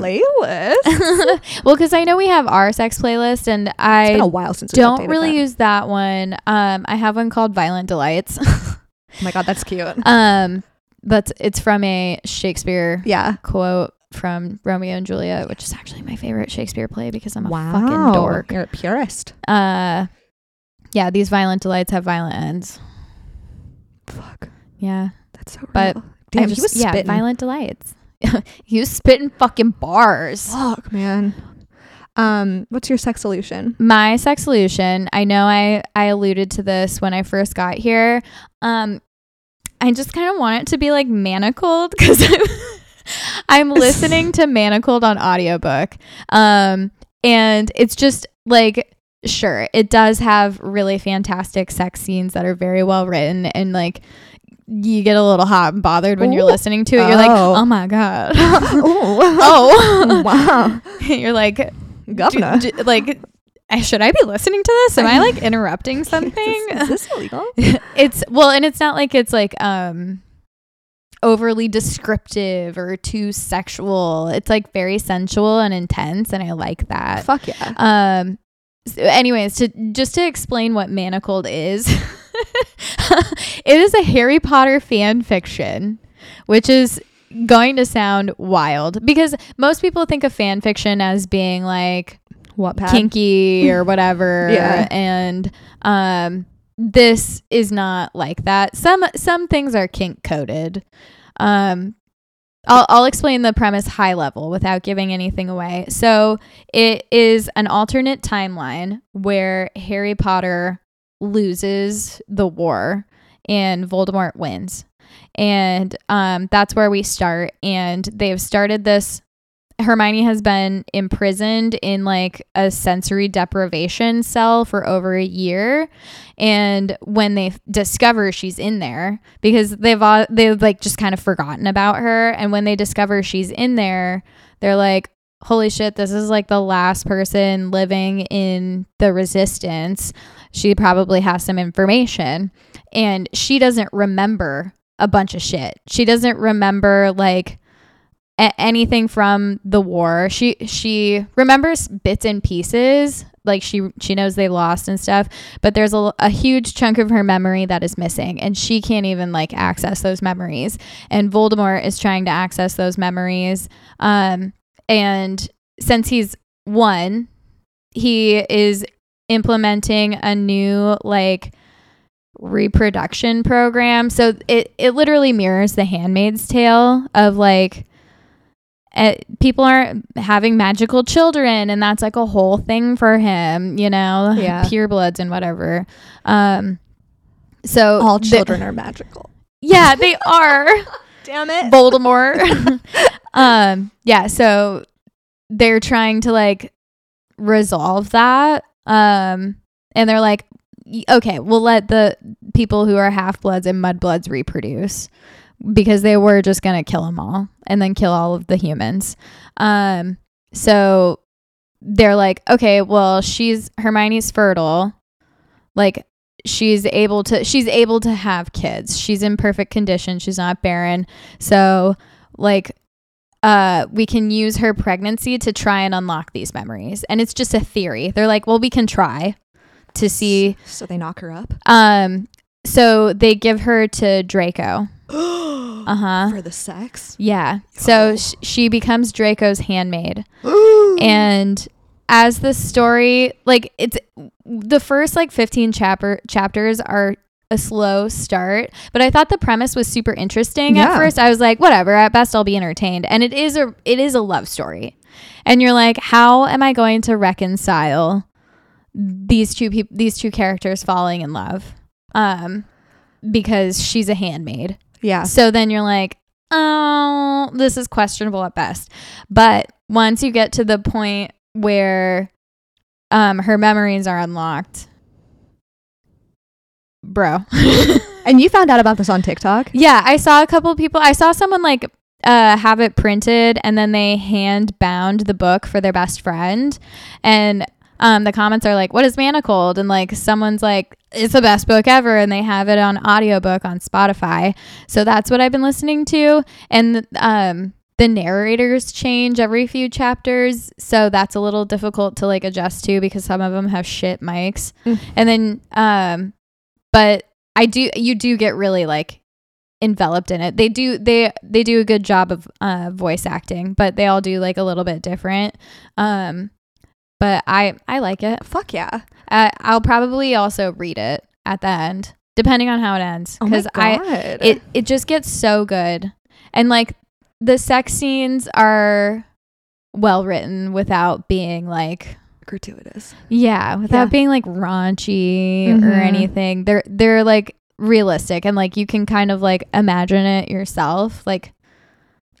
[LAUGHS] Playlist. well, because I know we have our sex playlist, and it's been a I while since we don't really use that one. Um, I have one called Violent Delights. [LAUGHS] Oh my god, that's cute. um, but it's from a Shakespeare yeah. quote from Romeo and Juliet, which is actually my favorite Shakespeare play because I'm a Wow. fucking dork. You're a purist. Uh, yeah, these violent delights have violent ends. Fuck. Yeah, That's so But real. Damn, I he was yeah, spitting. violent delights. [LAUGHS] he was spitting fucking bars. Fuck, man. Um, what's your [LAUGHS] sex solution? my sex solution i know i i alluded to this when i first got here um i just kind of want it to be like manacled [LAUGHS] because i'm, I'm [LAUGHS] listening to manacled on audiobook um and it's just like sure it does have really fantastic sex scenes that are very well written and like you get a little hot and bothered when you're Ooh. listening to it you're like Oh. oh my god [LAUGHS] [LAUGHS] oh. oh [LAUGHS] wow. you're like Governor. [LAUGHS] do- do- like, I- should I be listening to this? Am I [LAUGHS] like interrupting something? Is this illegal? [LAUGHS] it's well, and it's not like it's like um overly descriptive or too sexual. It's like very sensual and intense, and I like that. Fuck yeah. Um. So anyways, to just to explain what manacled is, [LAUGHS] it is a Harry Potter fan fiction, which is going to sound wild because most people think of fan fiction as being like What kinky or whatever. Yeah. And um this is not like that. Some some things are kink coded. Um I'll, I'll explain the premise high level without giving anything away. So, it is an alternate timeline where Harry Potter loses the war and Voldemort wins. And um, that's where we start. And they've started this Hermione has been imprisoned in like a sensory deprivation cell for over a year, and when they f- discover she's in there, because they've all, they've like just kind of forgotten about her, and when they discover she's in there, they're like, "Holy shit! This is like the last person living in the Resistance. She probably has some information." And she doesn't remember a bunch of shit. She doesn't remember like a- anything from the war. She she remembers bits and pieces. Like she she knows they lost and stuff, but there's a, l- a huge chunk of her memory that is missing, and she can't even like access those memories. And Voldemort is trying to access those memories. Um, and since he's one, he is implementing a new like reproduction program. So it it literally mirrors The Handmaid's Tale of like uh, people aren't having magical children and that's like a whole thing for him, you know, Yeah. purebloods and whatever. Um so All the- children are magical. yeah, they are. Damn [LAUGHS] it. Voldemort. um, yeah, so they're trying to like resolve that. Um, and they're like, "Y- okay, we'll let the people who are half bloods and mud bloods reproduce because they were just gonna kill them all and then kill all of the humans. Um, so they're like, okay, well, she's Hermione's fertile. Like, she's able to she's able to have kids. She's in perfect condition. She's not barren. So, like, uh, we can use her pregnancy to try and unlock these memories. And it's just a theory. They're like, well, we can try to see. So they knock her up Um, so they give her to Draco. Uh huh. for the sex. Yeah. So Oh. sh- she becomes Draco's handmaid. and as the story, like it's the first like 15 chapter chapters are a slow start, but I thought the premise was super interesting at Yeah. first. I was like, whatever, at best I'll be entertained. And it is a it is a love story. And you're like, how am I going to reconcile these two people these two characters falling in love? Um because she's a handmaid. Yeah. So then you're like, oh, this is questionable at best. But once you get to the point where um, her memories are unlocked, bro. [LAUGHS] And you found out about this on TikTok? yeah, I saw a couple people. I saw someone like uh, have it printed and then they hand bound the book for their best friend. And um, the comments are like, what is Manacled? And like someone's like, it's the best book ever. And they have it on audiobook on Spotify. So that's what I've been listening to. And um, the narrators change every few chapters. So that's a little difficult to like adjust to because some of them have shit mics. Mm. And then, um, but I do, you do get really like enveloped in it. They do, they, they do a good job of uh, voice acting, but they all do like a little bit different. Um, but I, I like it. Fuck yeah. Uh, I'll probably also read it at the end, depending on how it ends. Oh my god. I, it it just gets so good and like the sex scenes are well written without being like [LAUGHS] [LAUGHS] gratuitous. yeah without Yeah. being like raunchy or Mhm. anything they're they're like realistic and like you can kind of like imagine it yourself like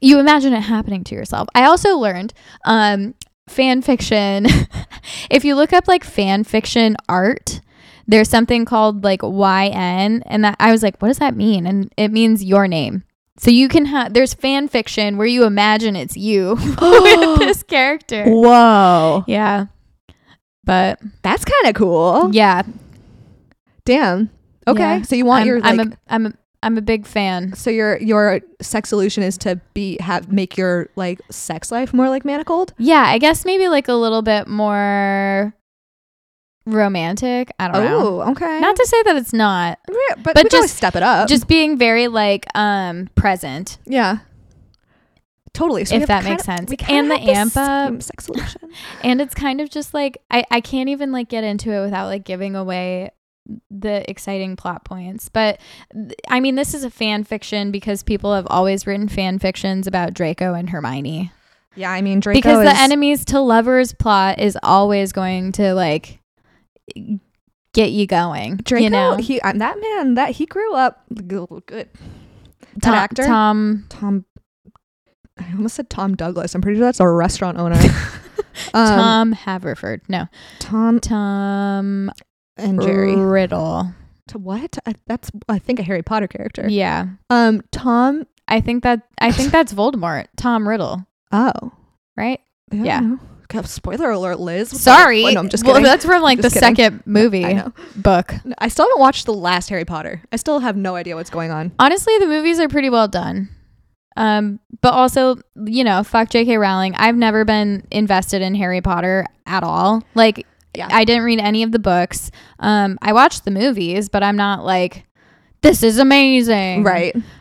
you imagine it happening to yourself i also learned um fan fiction [LAUGHS] if you look up like fan fiction art there's something called like YN and that I was like, what does that mean? And it means your name. So you can have there's fan fiction where you imagine it's you [LAUGHS] [GASPS] with this character. Whoa. Yeah. But That's kind of cool. yeah, Damn. Okay. Yeah. So you want I'm, your I'm like- a I'm a I'm a big fan. so your your sex solution is to be have make your like sex life more like manacled? Yeah, I guess maybe like a little bit more romantic. I don't know. Oh, okay. Uh, Not to say that it's not. Re- but, but we can always just- step it up. Just being very like um present. yeah. Totally. So we If have that kinda- makes sense. we kinda And the have AMPA same sex [LAUGHS] solution. and it's kind of just like I, I can't even like get into it without like giving away the exciting plot points but th- i mean this is a fan fiction because people have always written fan fictions about draco and hermione yeah, I mean Draco because is- the enemies to lovers plot is always going to like get you going Draco, you know he um, that man that he grew up good. Good tom, actor? tom Tom I almost said Tom Douglas. I'm pretty sure that's a [LAUGHS] restaurant owner. um, Tom Haverford. No. Tom Tom and Jerry. Riddle. To what? I, that's I think a Harry Potter character. Yeah. Um, Tom. I think that I think that's Voldemort. Tom Riddle, Oh, right? I don't Yeah. know. Okay, Spoiler alert, Liz. What the- Sorry. Oh, no, I'm just well, kidding. that's from like the Just kidding. second movie I know. book. I still haven't watched the last Harry Potter. I still have no idea what's going on. Honestly, the movies are pretty well done. Um, but also, you know, fuck J.K. Rowling. I've never been invested in Harry Potter at all. Like, Yeah. I didn't read any of the books. Um, I watched the movies, but I'm not like, this is amazing,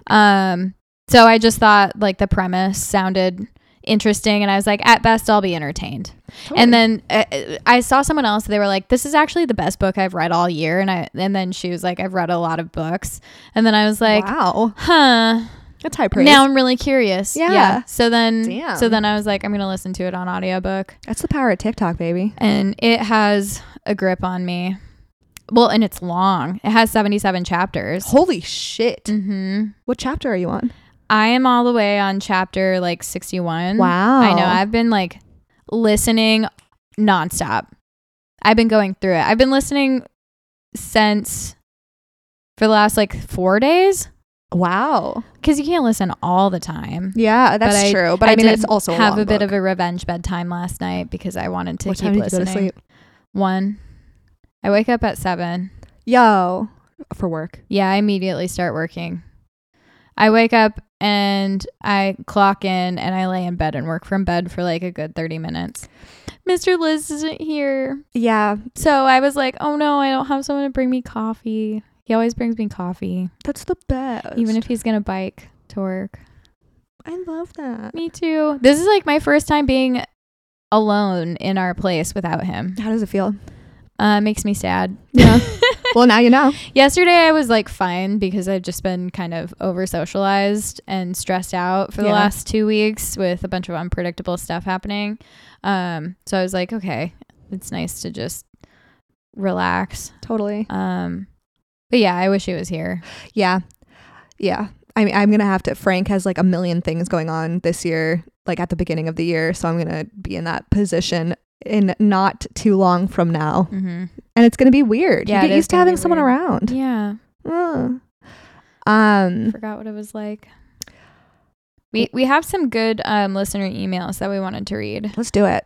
Um, so I just thought like the premise sounded interesting, and I was like, at best, I'll be entertained. And then uh, I saw someone else. They were like, "This is actually the best book I've read all year." And I and then she was like, "I've read a lot of books." And then I was like, wow, "Huh." that's high praise. Now I'm really curious. Yeah. So then, Damn. so then I was like, I'm gonna listen to it on audiobook, that's the power of TikTok, baby. and it has a grip on me. Well, and it's long. It has 77 chapters. Holy shit! hmm What chapter are you on? I am all the way on chapter like 61. Wow. I know. I've been like listening nonstop. I've been going through it. I've been listening since for the last like four days Wow. because you can't listen all the time. Yeah, that's I- true. But I, mean, did it's also have a bit of a revenge bedtime last night because I wanted to What keep time did you go listening. to sleep? One. I wake up at seven. Yo, for work. Yeah, I immediately start working. I wake up and I clock in and I lay in bed and work from bed for like a good 30 minutes. Mr. Liz isn't here. Yeah, So I was like, oh no, I don't have someone to bring me coffee. He always brings me coffee, that's the best. even if he's going to bike to work. I love that. Me too. This is like my first time being alone in our place without him. How does it feel? Uh, makes me sad. Yeah. well, now you know. [LAUGHS] Yesterday I was like fine because I've just been kind of over socialized and stressed out for the Yeah. last two weeks with a bunch of unpredictable stuff happening. Um, so I was like, okay, it's nice to just relax. Totally. Um, but yeah, I wish he was here. Yeah. Yeah. I mean, I'm going to have to. Frank has like a million things going on this year, like at the beginning of the year. So I'm going to be in that position in not too long from now. [LAUGHS] Mm-hmm. And it's going to be weird. Yeah, you it get is used to gonna be having someone weird. around. Yeah, Ugh. Um, forgot what it was like. We we have some good um, listener emails that we wanted to read. let's [LAUGHS] do it.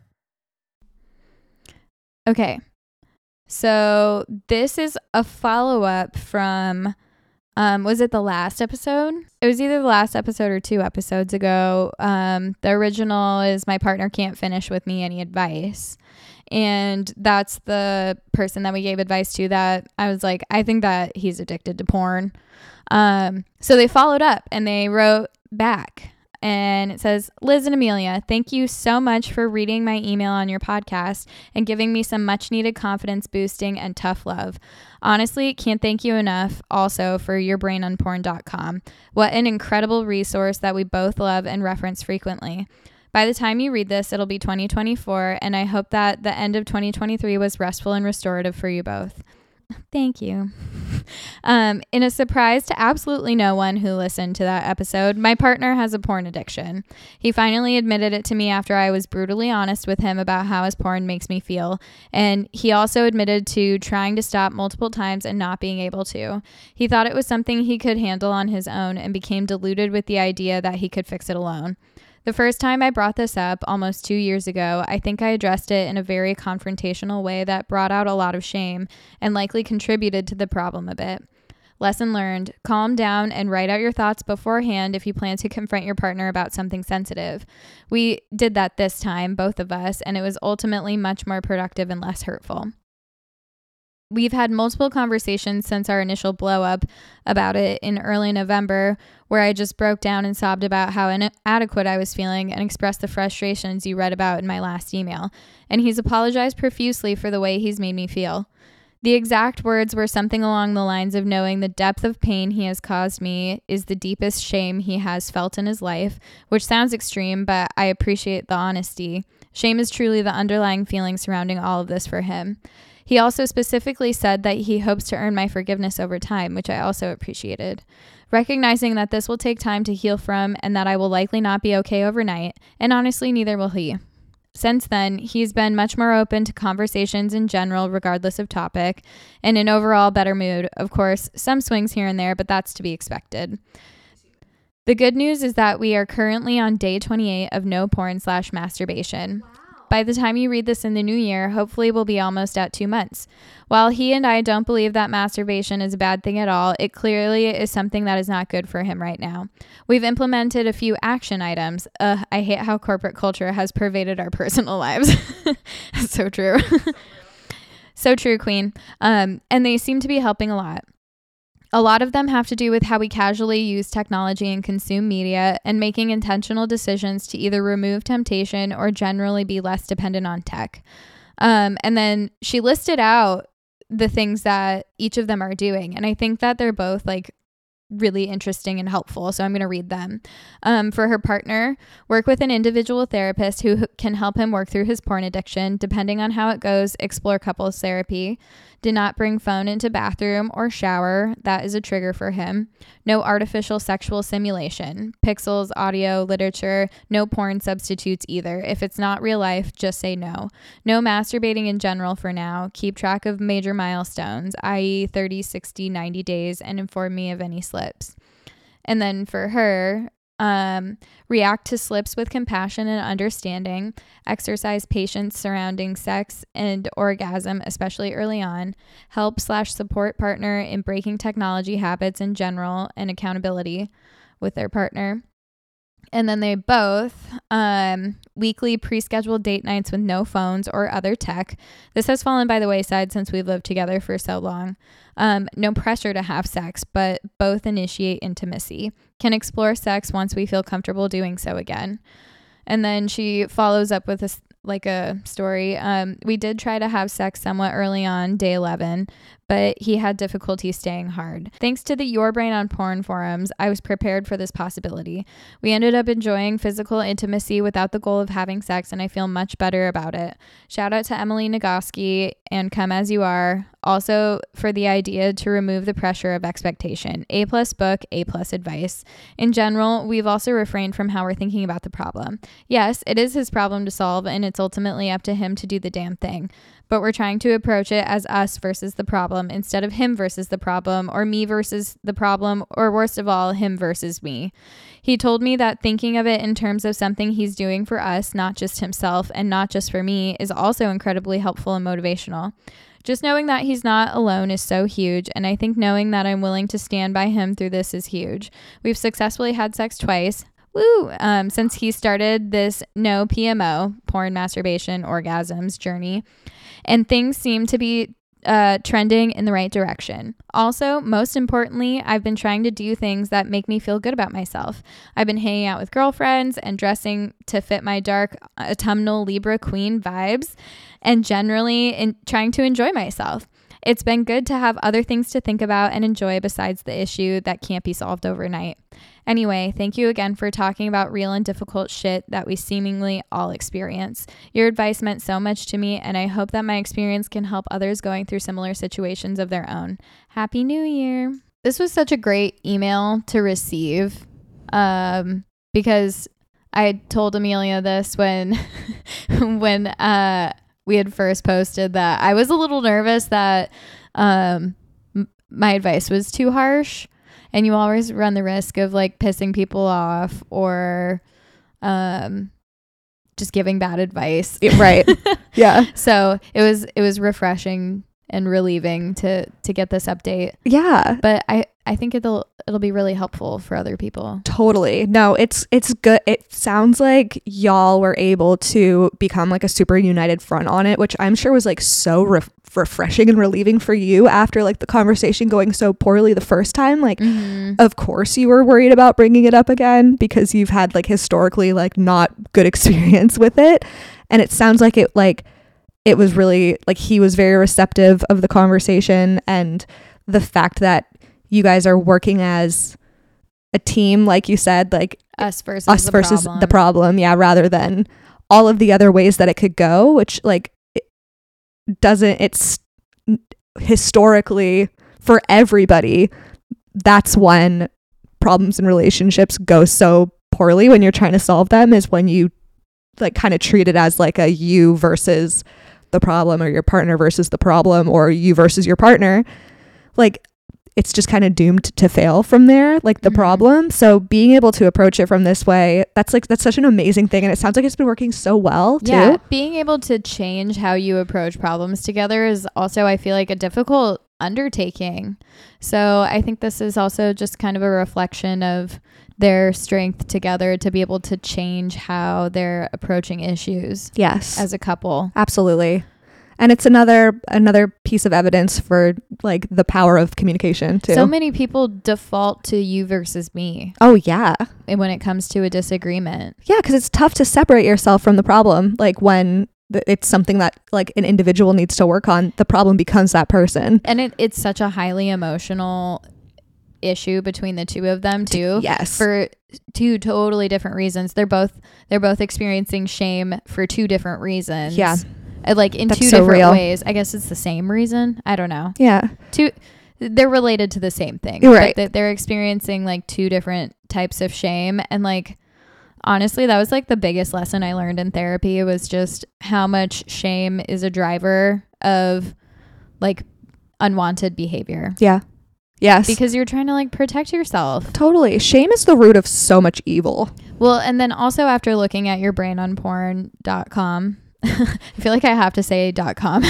Okay. So this is a follow up from um was it the last episode? It was either the last episode or two episodes ago. Um the original is my partner can't finish with me any advice. And that's the person that we gave advice to that I was like I think that he's addicted to porn. Um so they followed up and they wrote back and it says, Liz and Amelia, thank you so much for reading my email on your podcast and giving me some much needed confidence boosting and tough love. Honestly, can't thank you enough also for yourbrainonporn.com. What an incredible resource that we both love and reference frequently. By the time you read this, it'll be 2024, and I hope that the end of 2023 was restful and restorative for you both. [LAUGHS] Thank you. Um, in a surprise to absolutely no one who listened to that episode, my partner has a porn addiction. He finally admitted it to me after I was brutally honest with him about how his porn makes me feel. And he also admitted to trying to stop multiple times and not being able to. He thought it was something he could handle on his own and became deluded with the idea that he could fix it alone. The first time I brought this up, almost two years ago, I think I addressed it in a very confrontational way that brought out a lot of shame and likely contributed to the problem a bit. Lesson learned calm down and write out your thoughts beforehand if you plan to confront your partner about something sensitive. We did that this time, both of us, and it was ultimately much more productive and less hurtful we've had multiple conversations since our initial blow up about it in early November, where I just broke down and sobbed about how inadequate I was feeling and expressed the frustrations you read about in my last email. And he's apologized profusely for the way he's made me feel. The exact words were something along the lines of knowing the depth of pain he has caused me is the deepest shame he has felt in his life, which sounds extreme, but I appreciate the honesty. Shame is truly the underlying feeling surrounding all of this for him. He also specifically said that he hopes to earn my forgiveness over time, which I also appreciated. Recognizing that this will take time to heal from and that I will likely not be okay overnight, and honestly, neither will he. Since then, he's been much more open to conversations in general, regardless of topic, and in overall better mood. Of course, some swings here and there, but that's to be expected. The good news is that we are currently on day 28 of no porn slash masturbation. By the time you read this in the new year, hopefully we'll be almost at two months. While he and I don't believe that masturbation is a bad thing at all, it clearly is something that is not good for him right now. We've implemented a few action items. Ugh, I hate how corporate culture has pervaded our [LAUGHS] personal lives. That's so true. [LAUGHS] so true, Queen. Um, and they seem to be helping a lot. A lot of them have to do with how we casually use technology and consume media and making intentional decisions to either remove temptation or generally be less dependent on tech. Um, and then she listed out the things that each of them are doing. And I think that they're both like really interesting and helpful. So I'm going to read them. Um, for her partner, work with an individual therapist who h- can help him work through his porn addiction. Depending on how it goes, explore couples therapy. Do not bring phone into bathroom or shower. That is a trigger for him. No artificial sexual simulation. Pixels, audio, literature, no porn substitutes either. If it's not real life, just say no. No masturbating in general for now. Keep track of major milestones, i.e., 30, 60, 90 days, and inform me of any slips. And then for her, um, react to slips with compassion and understanding, exercise patience surrounding sex and orgasm, especially early on, help slash support partner in breaking technology habits in general and accountability with their partner. And then they both um, weekly pre scheduled date nights with no phones or other tech. This has fallen by the wayside since we've lived together for so long. Um, no pressure to have sex, but both initiate intimacy. Can explore sex once we feel comfortable doing so again. And then she follows up with a, s- like a story. Um, we did try to have sex somewhat early on, day 11, but he had difficulty staying hard. Thanks to the Your Brain on Porn forums, I was prepared for this possibility. We ended up enjoying physical intimacy without the goal of having sex, and I feel much better about it. Shout out to Emily Nagoski and Come As You Are, also for the idea to remove the pressure of expectation. A plus book, A plus advice. In general, we've also refrained from how we're thinking about the problem. Yes, it is his problem to solve, and it's ultimately up to him to do the damn thing. But we're trying to approach it as us versus the problem instead of him versus the problem, or me versus the problem, or worst of all, him versus me. He told me that thinking of it in terms of something he's doing for us, not just himself and not just for me, is also incredibly helpful and motivational. Just knowing that he's not alone is so huge, and I think knowing that I'm willing to stand by him through this is huge. We've successfully had sex twice. Woo! Um, since he started this no PMO, porn, masturbation, orgasms journey, and things seem to be uh, trending in the right direction. Also, most importantly, I've been trying to do things that make me feel good about myself. I've been hanging out with girlfriends and dressing to fit my dark autumnal Libra queen vibes and generally in trying to enjoy myself. It's been good to have other things to think about and enjoy besides the issue that can't be solved overnight. Anyway, thank you again for talking about real and difficult shit that we seemingly all experience. Your advice meant so much to me, and I hope that my experience can help others going through similar situations of their own. Happy New Year! This was such a great email to receive um, because I had told Amelia this when [LAUGHS] when uh, we had first posted that I was a little nervous that um, m- my advice was too harsh, and you always run the risk of like pissing people off or um, just giving bad advice. Yeah, right. [LAUGHS] Yeah. so it was it was refreshing and relieving to to get this update. Yeah. But I I think it'll it'll be really helpful for other people. Totally. No, it's it's good. It sounds like y'all were able to become like a super united front on it, which I'm sure was like so ref refreshing and relieving for you after like the conversation going so poorly the first time. Like, of course you were worried about bringing it up again because you've had like historically like not good [LAUGHS] experience with it, and it sounds like it like it was really like he was very receptive of the conversation and the fact that you guys are working as a team like you said like Us versus us the versus problem. the problem yeah rather than all of the other ways that it could go which like it doesn't it's historically for everybody that's when problems in relationships go so poorly when you're trying to solve them is when you like kind of treat it as like a you versus the problem or your partner versus the problem or you versus your partner like it's just kind of doomed to fail from there like the Mhm. problem so being able to approach it from this way that's like that's such an amazing thing and it sounds like it's been working so well too Yeah, being able to change how you approach problems together is also, I feel like, a difficult undertaking. So I think this is also just kind of a reflection of their strength together to be able to change how they're approaching issues yes as a couple. absolutely and it's another another piece of evidence for like the power of communication too So many people default to you versus me oh yeah and when it comes to a disagreement. Yeah, because it's tough to separate yourself from the problem. Like when th- it's something that like an individual needs to work on, the problem becomes that person. And it, it's such a highly emotional issue between the two of them too. Yes. for two totally different reasons. They're both they're both experiencing shame for two different reasons. Yeah. Uh, like in That's two so different real. ways. I guess it's the same reason. I don't know. yeah. Two they're related to the same thing. You're but right. that they're experiencing like two different types of shame and like honestly that was like the biggest lesson I learned in therapy It was just how much shame is a driver of like unwanted behavior. Yeah. Yes. Because you're trying to like protect yourself. totally. Shame is the root of so much [LAUGHS] evil. [LAUGHS] Well, and then also after looking at your brain on porn.com, [LAUGHS] I feel like I have to say dot com. [LAUGHS]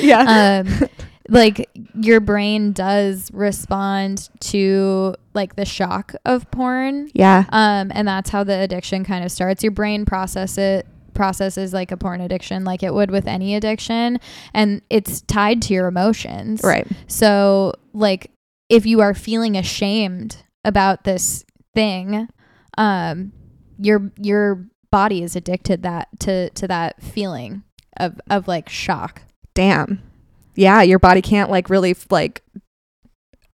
yeah. um, like your brain does respond to like the shock of porn. yeah. Um, and that's how the addiction kind of starts. Your brain process it processes like a porn addiction like it would with any addiction and it's tied to your emotions. Right. So, like, if you are feeling ashamed about this thing, um, your your body is addicted that to to that feeling of of like shock. Damn. Yeah. Your body can't like really f- like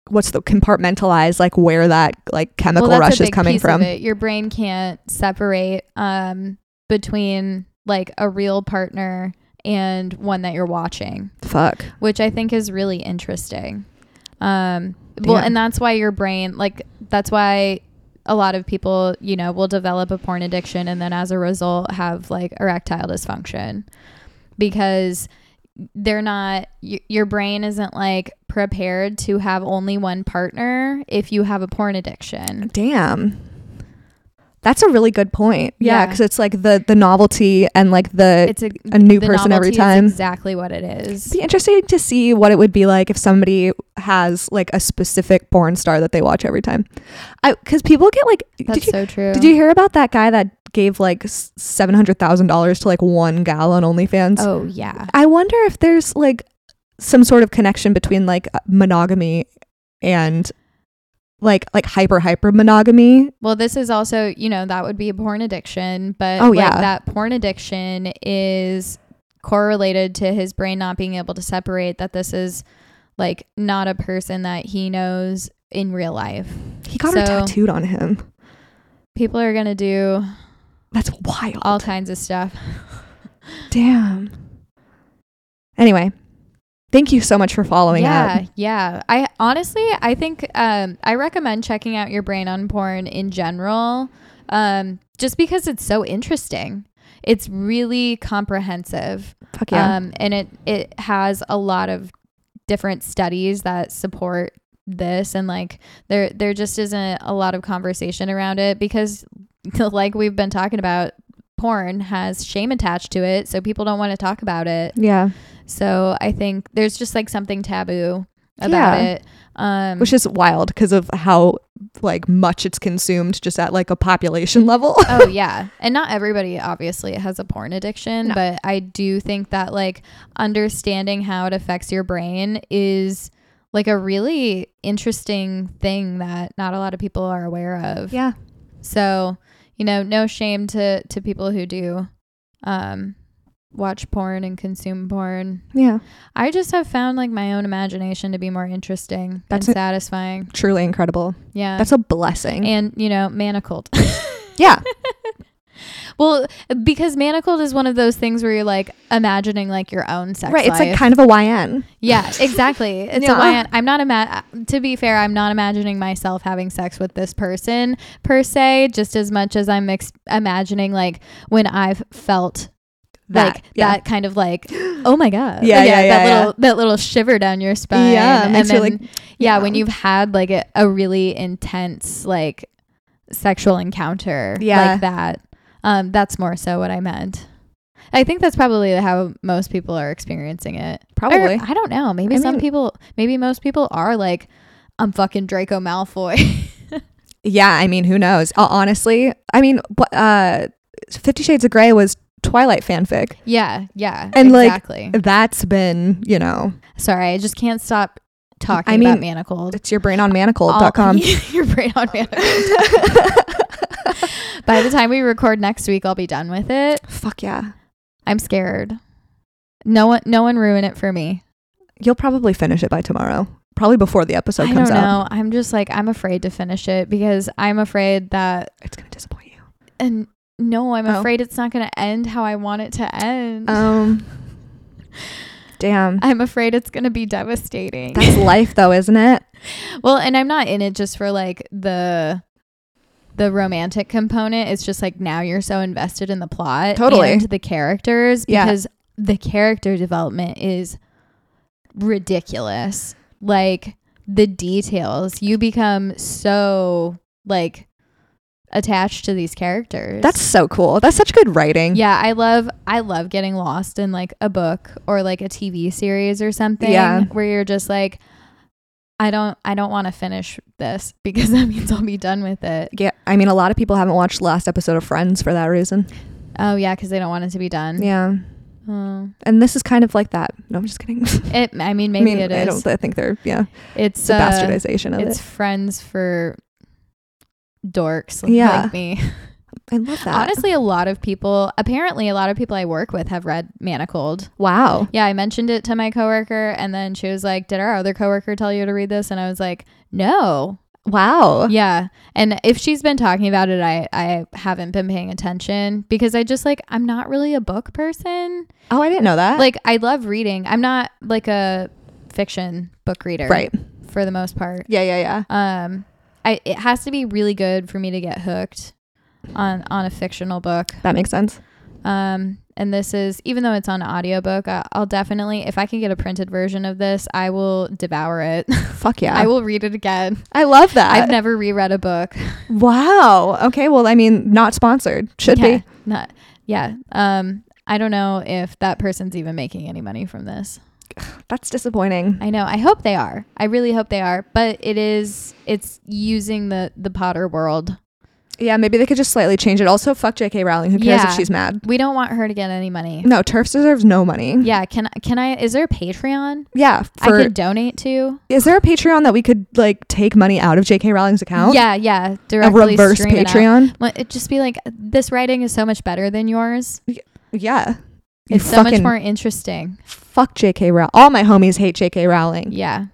what's the compartmentalize like where that like chemical rush is coming from. it. Your brain can't separate um between like a real partner and one that you're watching. Fuck. which I think is really interesting. Um, well, Damn. and that's why your brain, like, that's why a lot of people, you know, will develop a porn addiction and then as a result have like erectile dysfunction because they're not, y- your brain isn't like prepared to have only one partner if you have a porn addiction. Damn. That's a really good point. Yeah, Yeah. because it's like the the novelty and like the It's a, a new the person every novelty is time. exactly what it is. It'd be interesting to see what it would be like if somebody has like a specific porn star that they watch every time. I because people get like That's did you so true. did you hear about that guy that gave like seven hundred thousand dollars to like one gal on OnlyFans? Oh yeah. I wonder if there's like some sort of connection between like uh, monogamy and like like hyper hyper monogamy. Well, this is also, you know, that would be a porn addiction, but Oh, like, yeah. that porn addiction is correlated to his brain not being able to separate that this is like not a person that he knows in real life. He got her So- tattooed on him. People are going to do That's wild. all kinds of stuff. Damn. Anyway, thank you so much for following yeah, up. yeah. I honestly, I think um, I recommend checking out your brain on porn in general, um, just because it's so interesting. It's really comprehensive. Fuck yeah. Um, and it it has a lot of different studies that support this and like there there just isn't a lot of conversation around it because [LAUGHS] like we've been talking about, porn has shame attached to it, so people don't want to talk about it. Yeah. So I think there's just like something taboo about Yeah. it. Um, Which is wild because of how like much it's consumed just at like a [LAUGHS] population level. [LAUGHS] oh yeah and not everybody obviously has a porn addiction No. but i do think that like understanding how it affects your brain is like a really interesting thing that not a lot of people are aware of yeah. so you know no shame to to people who do um watch porn and consume porn Yeah. i just have found like my own imagination to be more interesting That's and it. satisfying Truly incredible. yeah That's a blessing. Uh, and you know manacled [LAUGHS] yeah. Well, because manacled is one of those things where you're like imagining like your own sex Right. It's like life. kind of a YN. [LAUGHS] yeah, [LAUGHS] exactly. It's Yeah. a why I'm not ima- to be fair, I'm not imagining myself having sex with this person per se, just as much as I'm ex- imagining like when I've felt That, like yeah. that kind of like [GASPS] oh my god Yeah, yeah, yeah, that yeah. little that little shiver down your spine Yeah, it makes you, like, yeah yeah. when you've had like a, a really intense like sexual encounter Yeah. like that um that's more so what i meant i think that's probably how most people are experiencing it Or, Probably. i don't know maybe I some mean- people maybe most people are like i'm fucking draco malfoy [LAUGHS] Yeah, I mean, who knows? Uh, honestly, I mean, wh- uh, Fifty Shades of Grey was Twilight fanfic. yeah yeah And, like, exactly That's been, you know, sorry i just can't stop talking I mean, about manacled it's your brain on manacled.com. [LAUGHS] your brain on manacles. By the time we record next week, I'll be done with it. Fuck yeah. I'm scared. No one, no one ruin it for me. You'll probably finish it by tomorrow, probably before the episode I comes don't know. out. I'm just like I'm afraid to finish it because I'm afraid that It's going to disappoint you. and no, I'm Oh. afraid it's not going to end how I want it to end. Um, [LAUGHS] damn. I'm afraid it's going to be devastating. [LAUGHS] That's life, though, isn't it? well, and I'm not in it just for like the the romantic component. It's just like now you're so invested in the plot Totally. and the characters Yeah. because the character development is ridiculous. Like the details, you become so like attached to these characters. That's so cool. That's such good writing. Yeah, I love I love getting lost in like a book or like a TV series or something Yeah. where you're just like I don't I don't want to finish this [LAUGHS] because that means I'll be done with it. Yeah. I mean, a lot of people haven't watched the last episode of Friends for that reason. Oh yeah, cuz they don't want it to be done. Yeah. Oh. And this is kind of like that. No, I'm just kidding. [LAUGHS] It I mean maybe I mean, it I is. don't I think they're, yeah, it's it's a uh, bastardization of It's it. friends for dorks Yeah. like me. I love that. Honestly, a lot of people apparently a lot of people I work with have read Manacled. wow. Yeah, I mentioned it to my coworker, and then she was like, "Did our other coworker tell you to read this?" And I was like, "No." Wow. Yeah, and if she's been talking about it, I I haven't been paying attention because I just like I'm not really a book person. Oh, I didn't know that. Like I love reading. I'm not like a fiction book reader, right. For the most part, Yeah, yeah, yeah. um, I it has to be really good for me to get hooked on on a fictional book. That makes sense. Um, and this is even though it's on audiobook, I, I'll definitely if I can get a printed version of this, I will devour it. [LAUGHS] Fuck yeah. Uh, I will read it again. I love that. I've never reread a book. wow. Okay, well, I mean, not sponsored. [LAUGHS] Should yeah, be. not yeah. Um, I don't know if that person's even making any money from this. That's disappointing. I know. I hope they are. I really hope they are. But it is it's using the the Potter world. Yeah, maybe they could just slightly change it. Also, fuck J.K. Rowling. Who cares Yeah. if she's mad? We don't want her to get any money. No, Turfs deserves no money. Yeah, can can I is there a Patreon Yeah. I For, could donate to? is there a Patreon that we could like take money out of J.K. Rowling's account? Yeah, yeah. A Directly reverse stream it out. Patreon. Well, it just be like this writing is so much better than yours. Yeah. You It's so much fucking- more interesting. Fuck J.K. Rowling. All my homies hate J.K. Rowling. Yeah.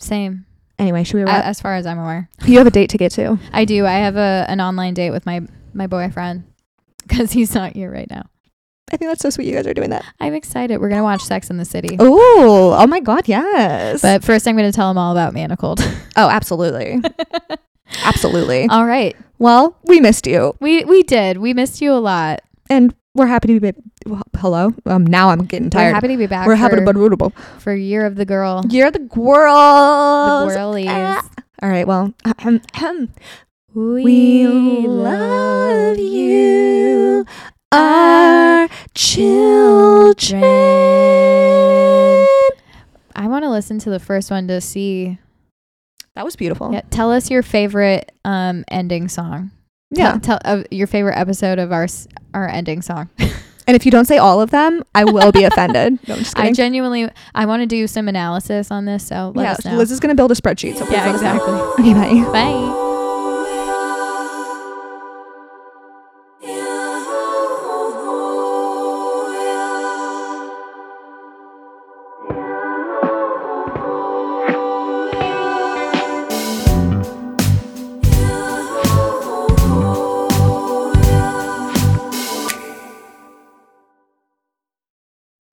Same. Anyway, should we A- wrap? as far as I'm aware. you have a date to get to. I do. I have a an online date with my my boyfriend [LAUGHS] cuz he's not here right now. I think that's so sweet. You guys are doing that. I'm excited. We're going to watch Sex in the City. Oh, oh my God, yes. But first I'm going to tell him all about [LAUGHS] Manacled. oh, [LAUGHS] absolutely. absolutely. all right. well, we missed you We we did. We missed you a lot. and we're happy to be. well, Hello. Um, now I'm getting We're tired. happy to be back. We're for, happy to be. for Year of the Girl. You're the girls. The girlies. Ah. All right. Well, ahem, ahem. We love you, our children. I want to listen to the first one to see. That was beautiful. Yeah, tell us your favorite um ending song. Yeah. Tell, tell uh, your favorite episode of our s- our ending song. And if you don't say all of them, I will [LAUGHS] be offended. No, I'm just [LAUGHS] I kidding. genuinely I want to do some analysis on this. So let yeah, us know. Liz is going to build a spreadsheet. So please yeah, let us know. exactly. Okay, bye. Bye.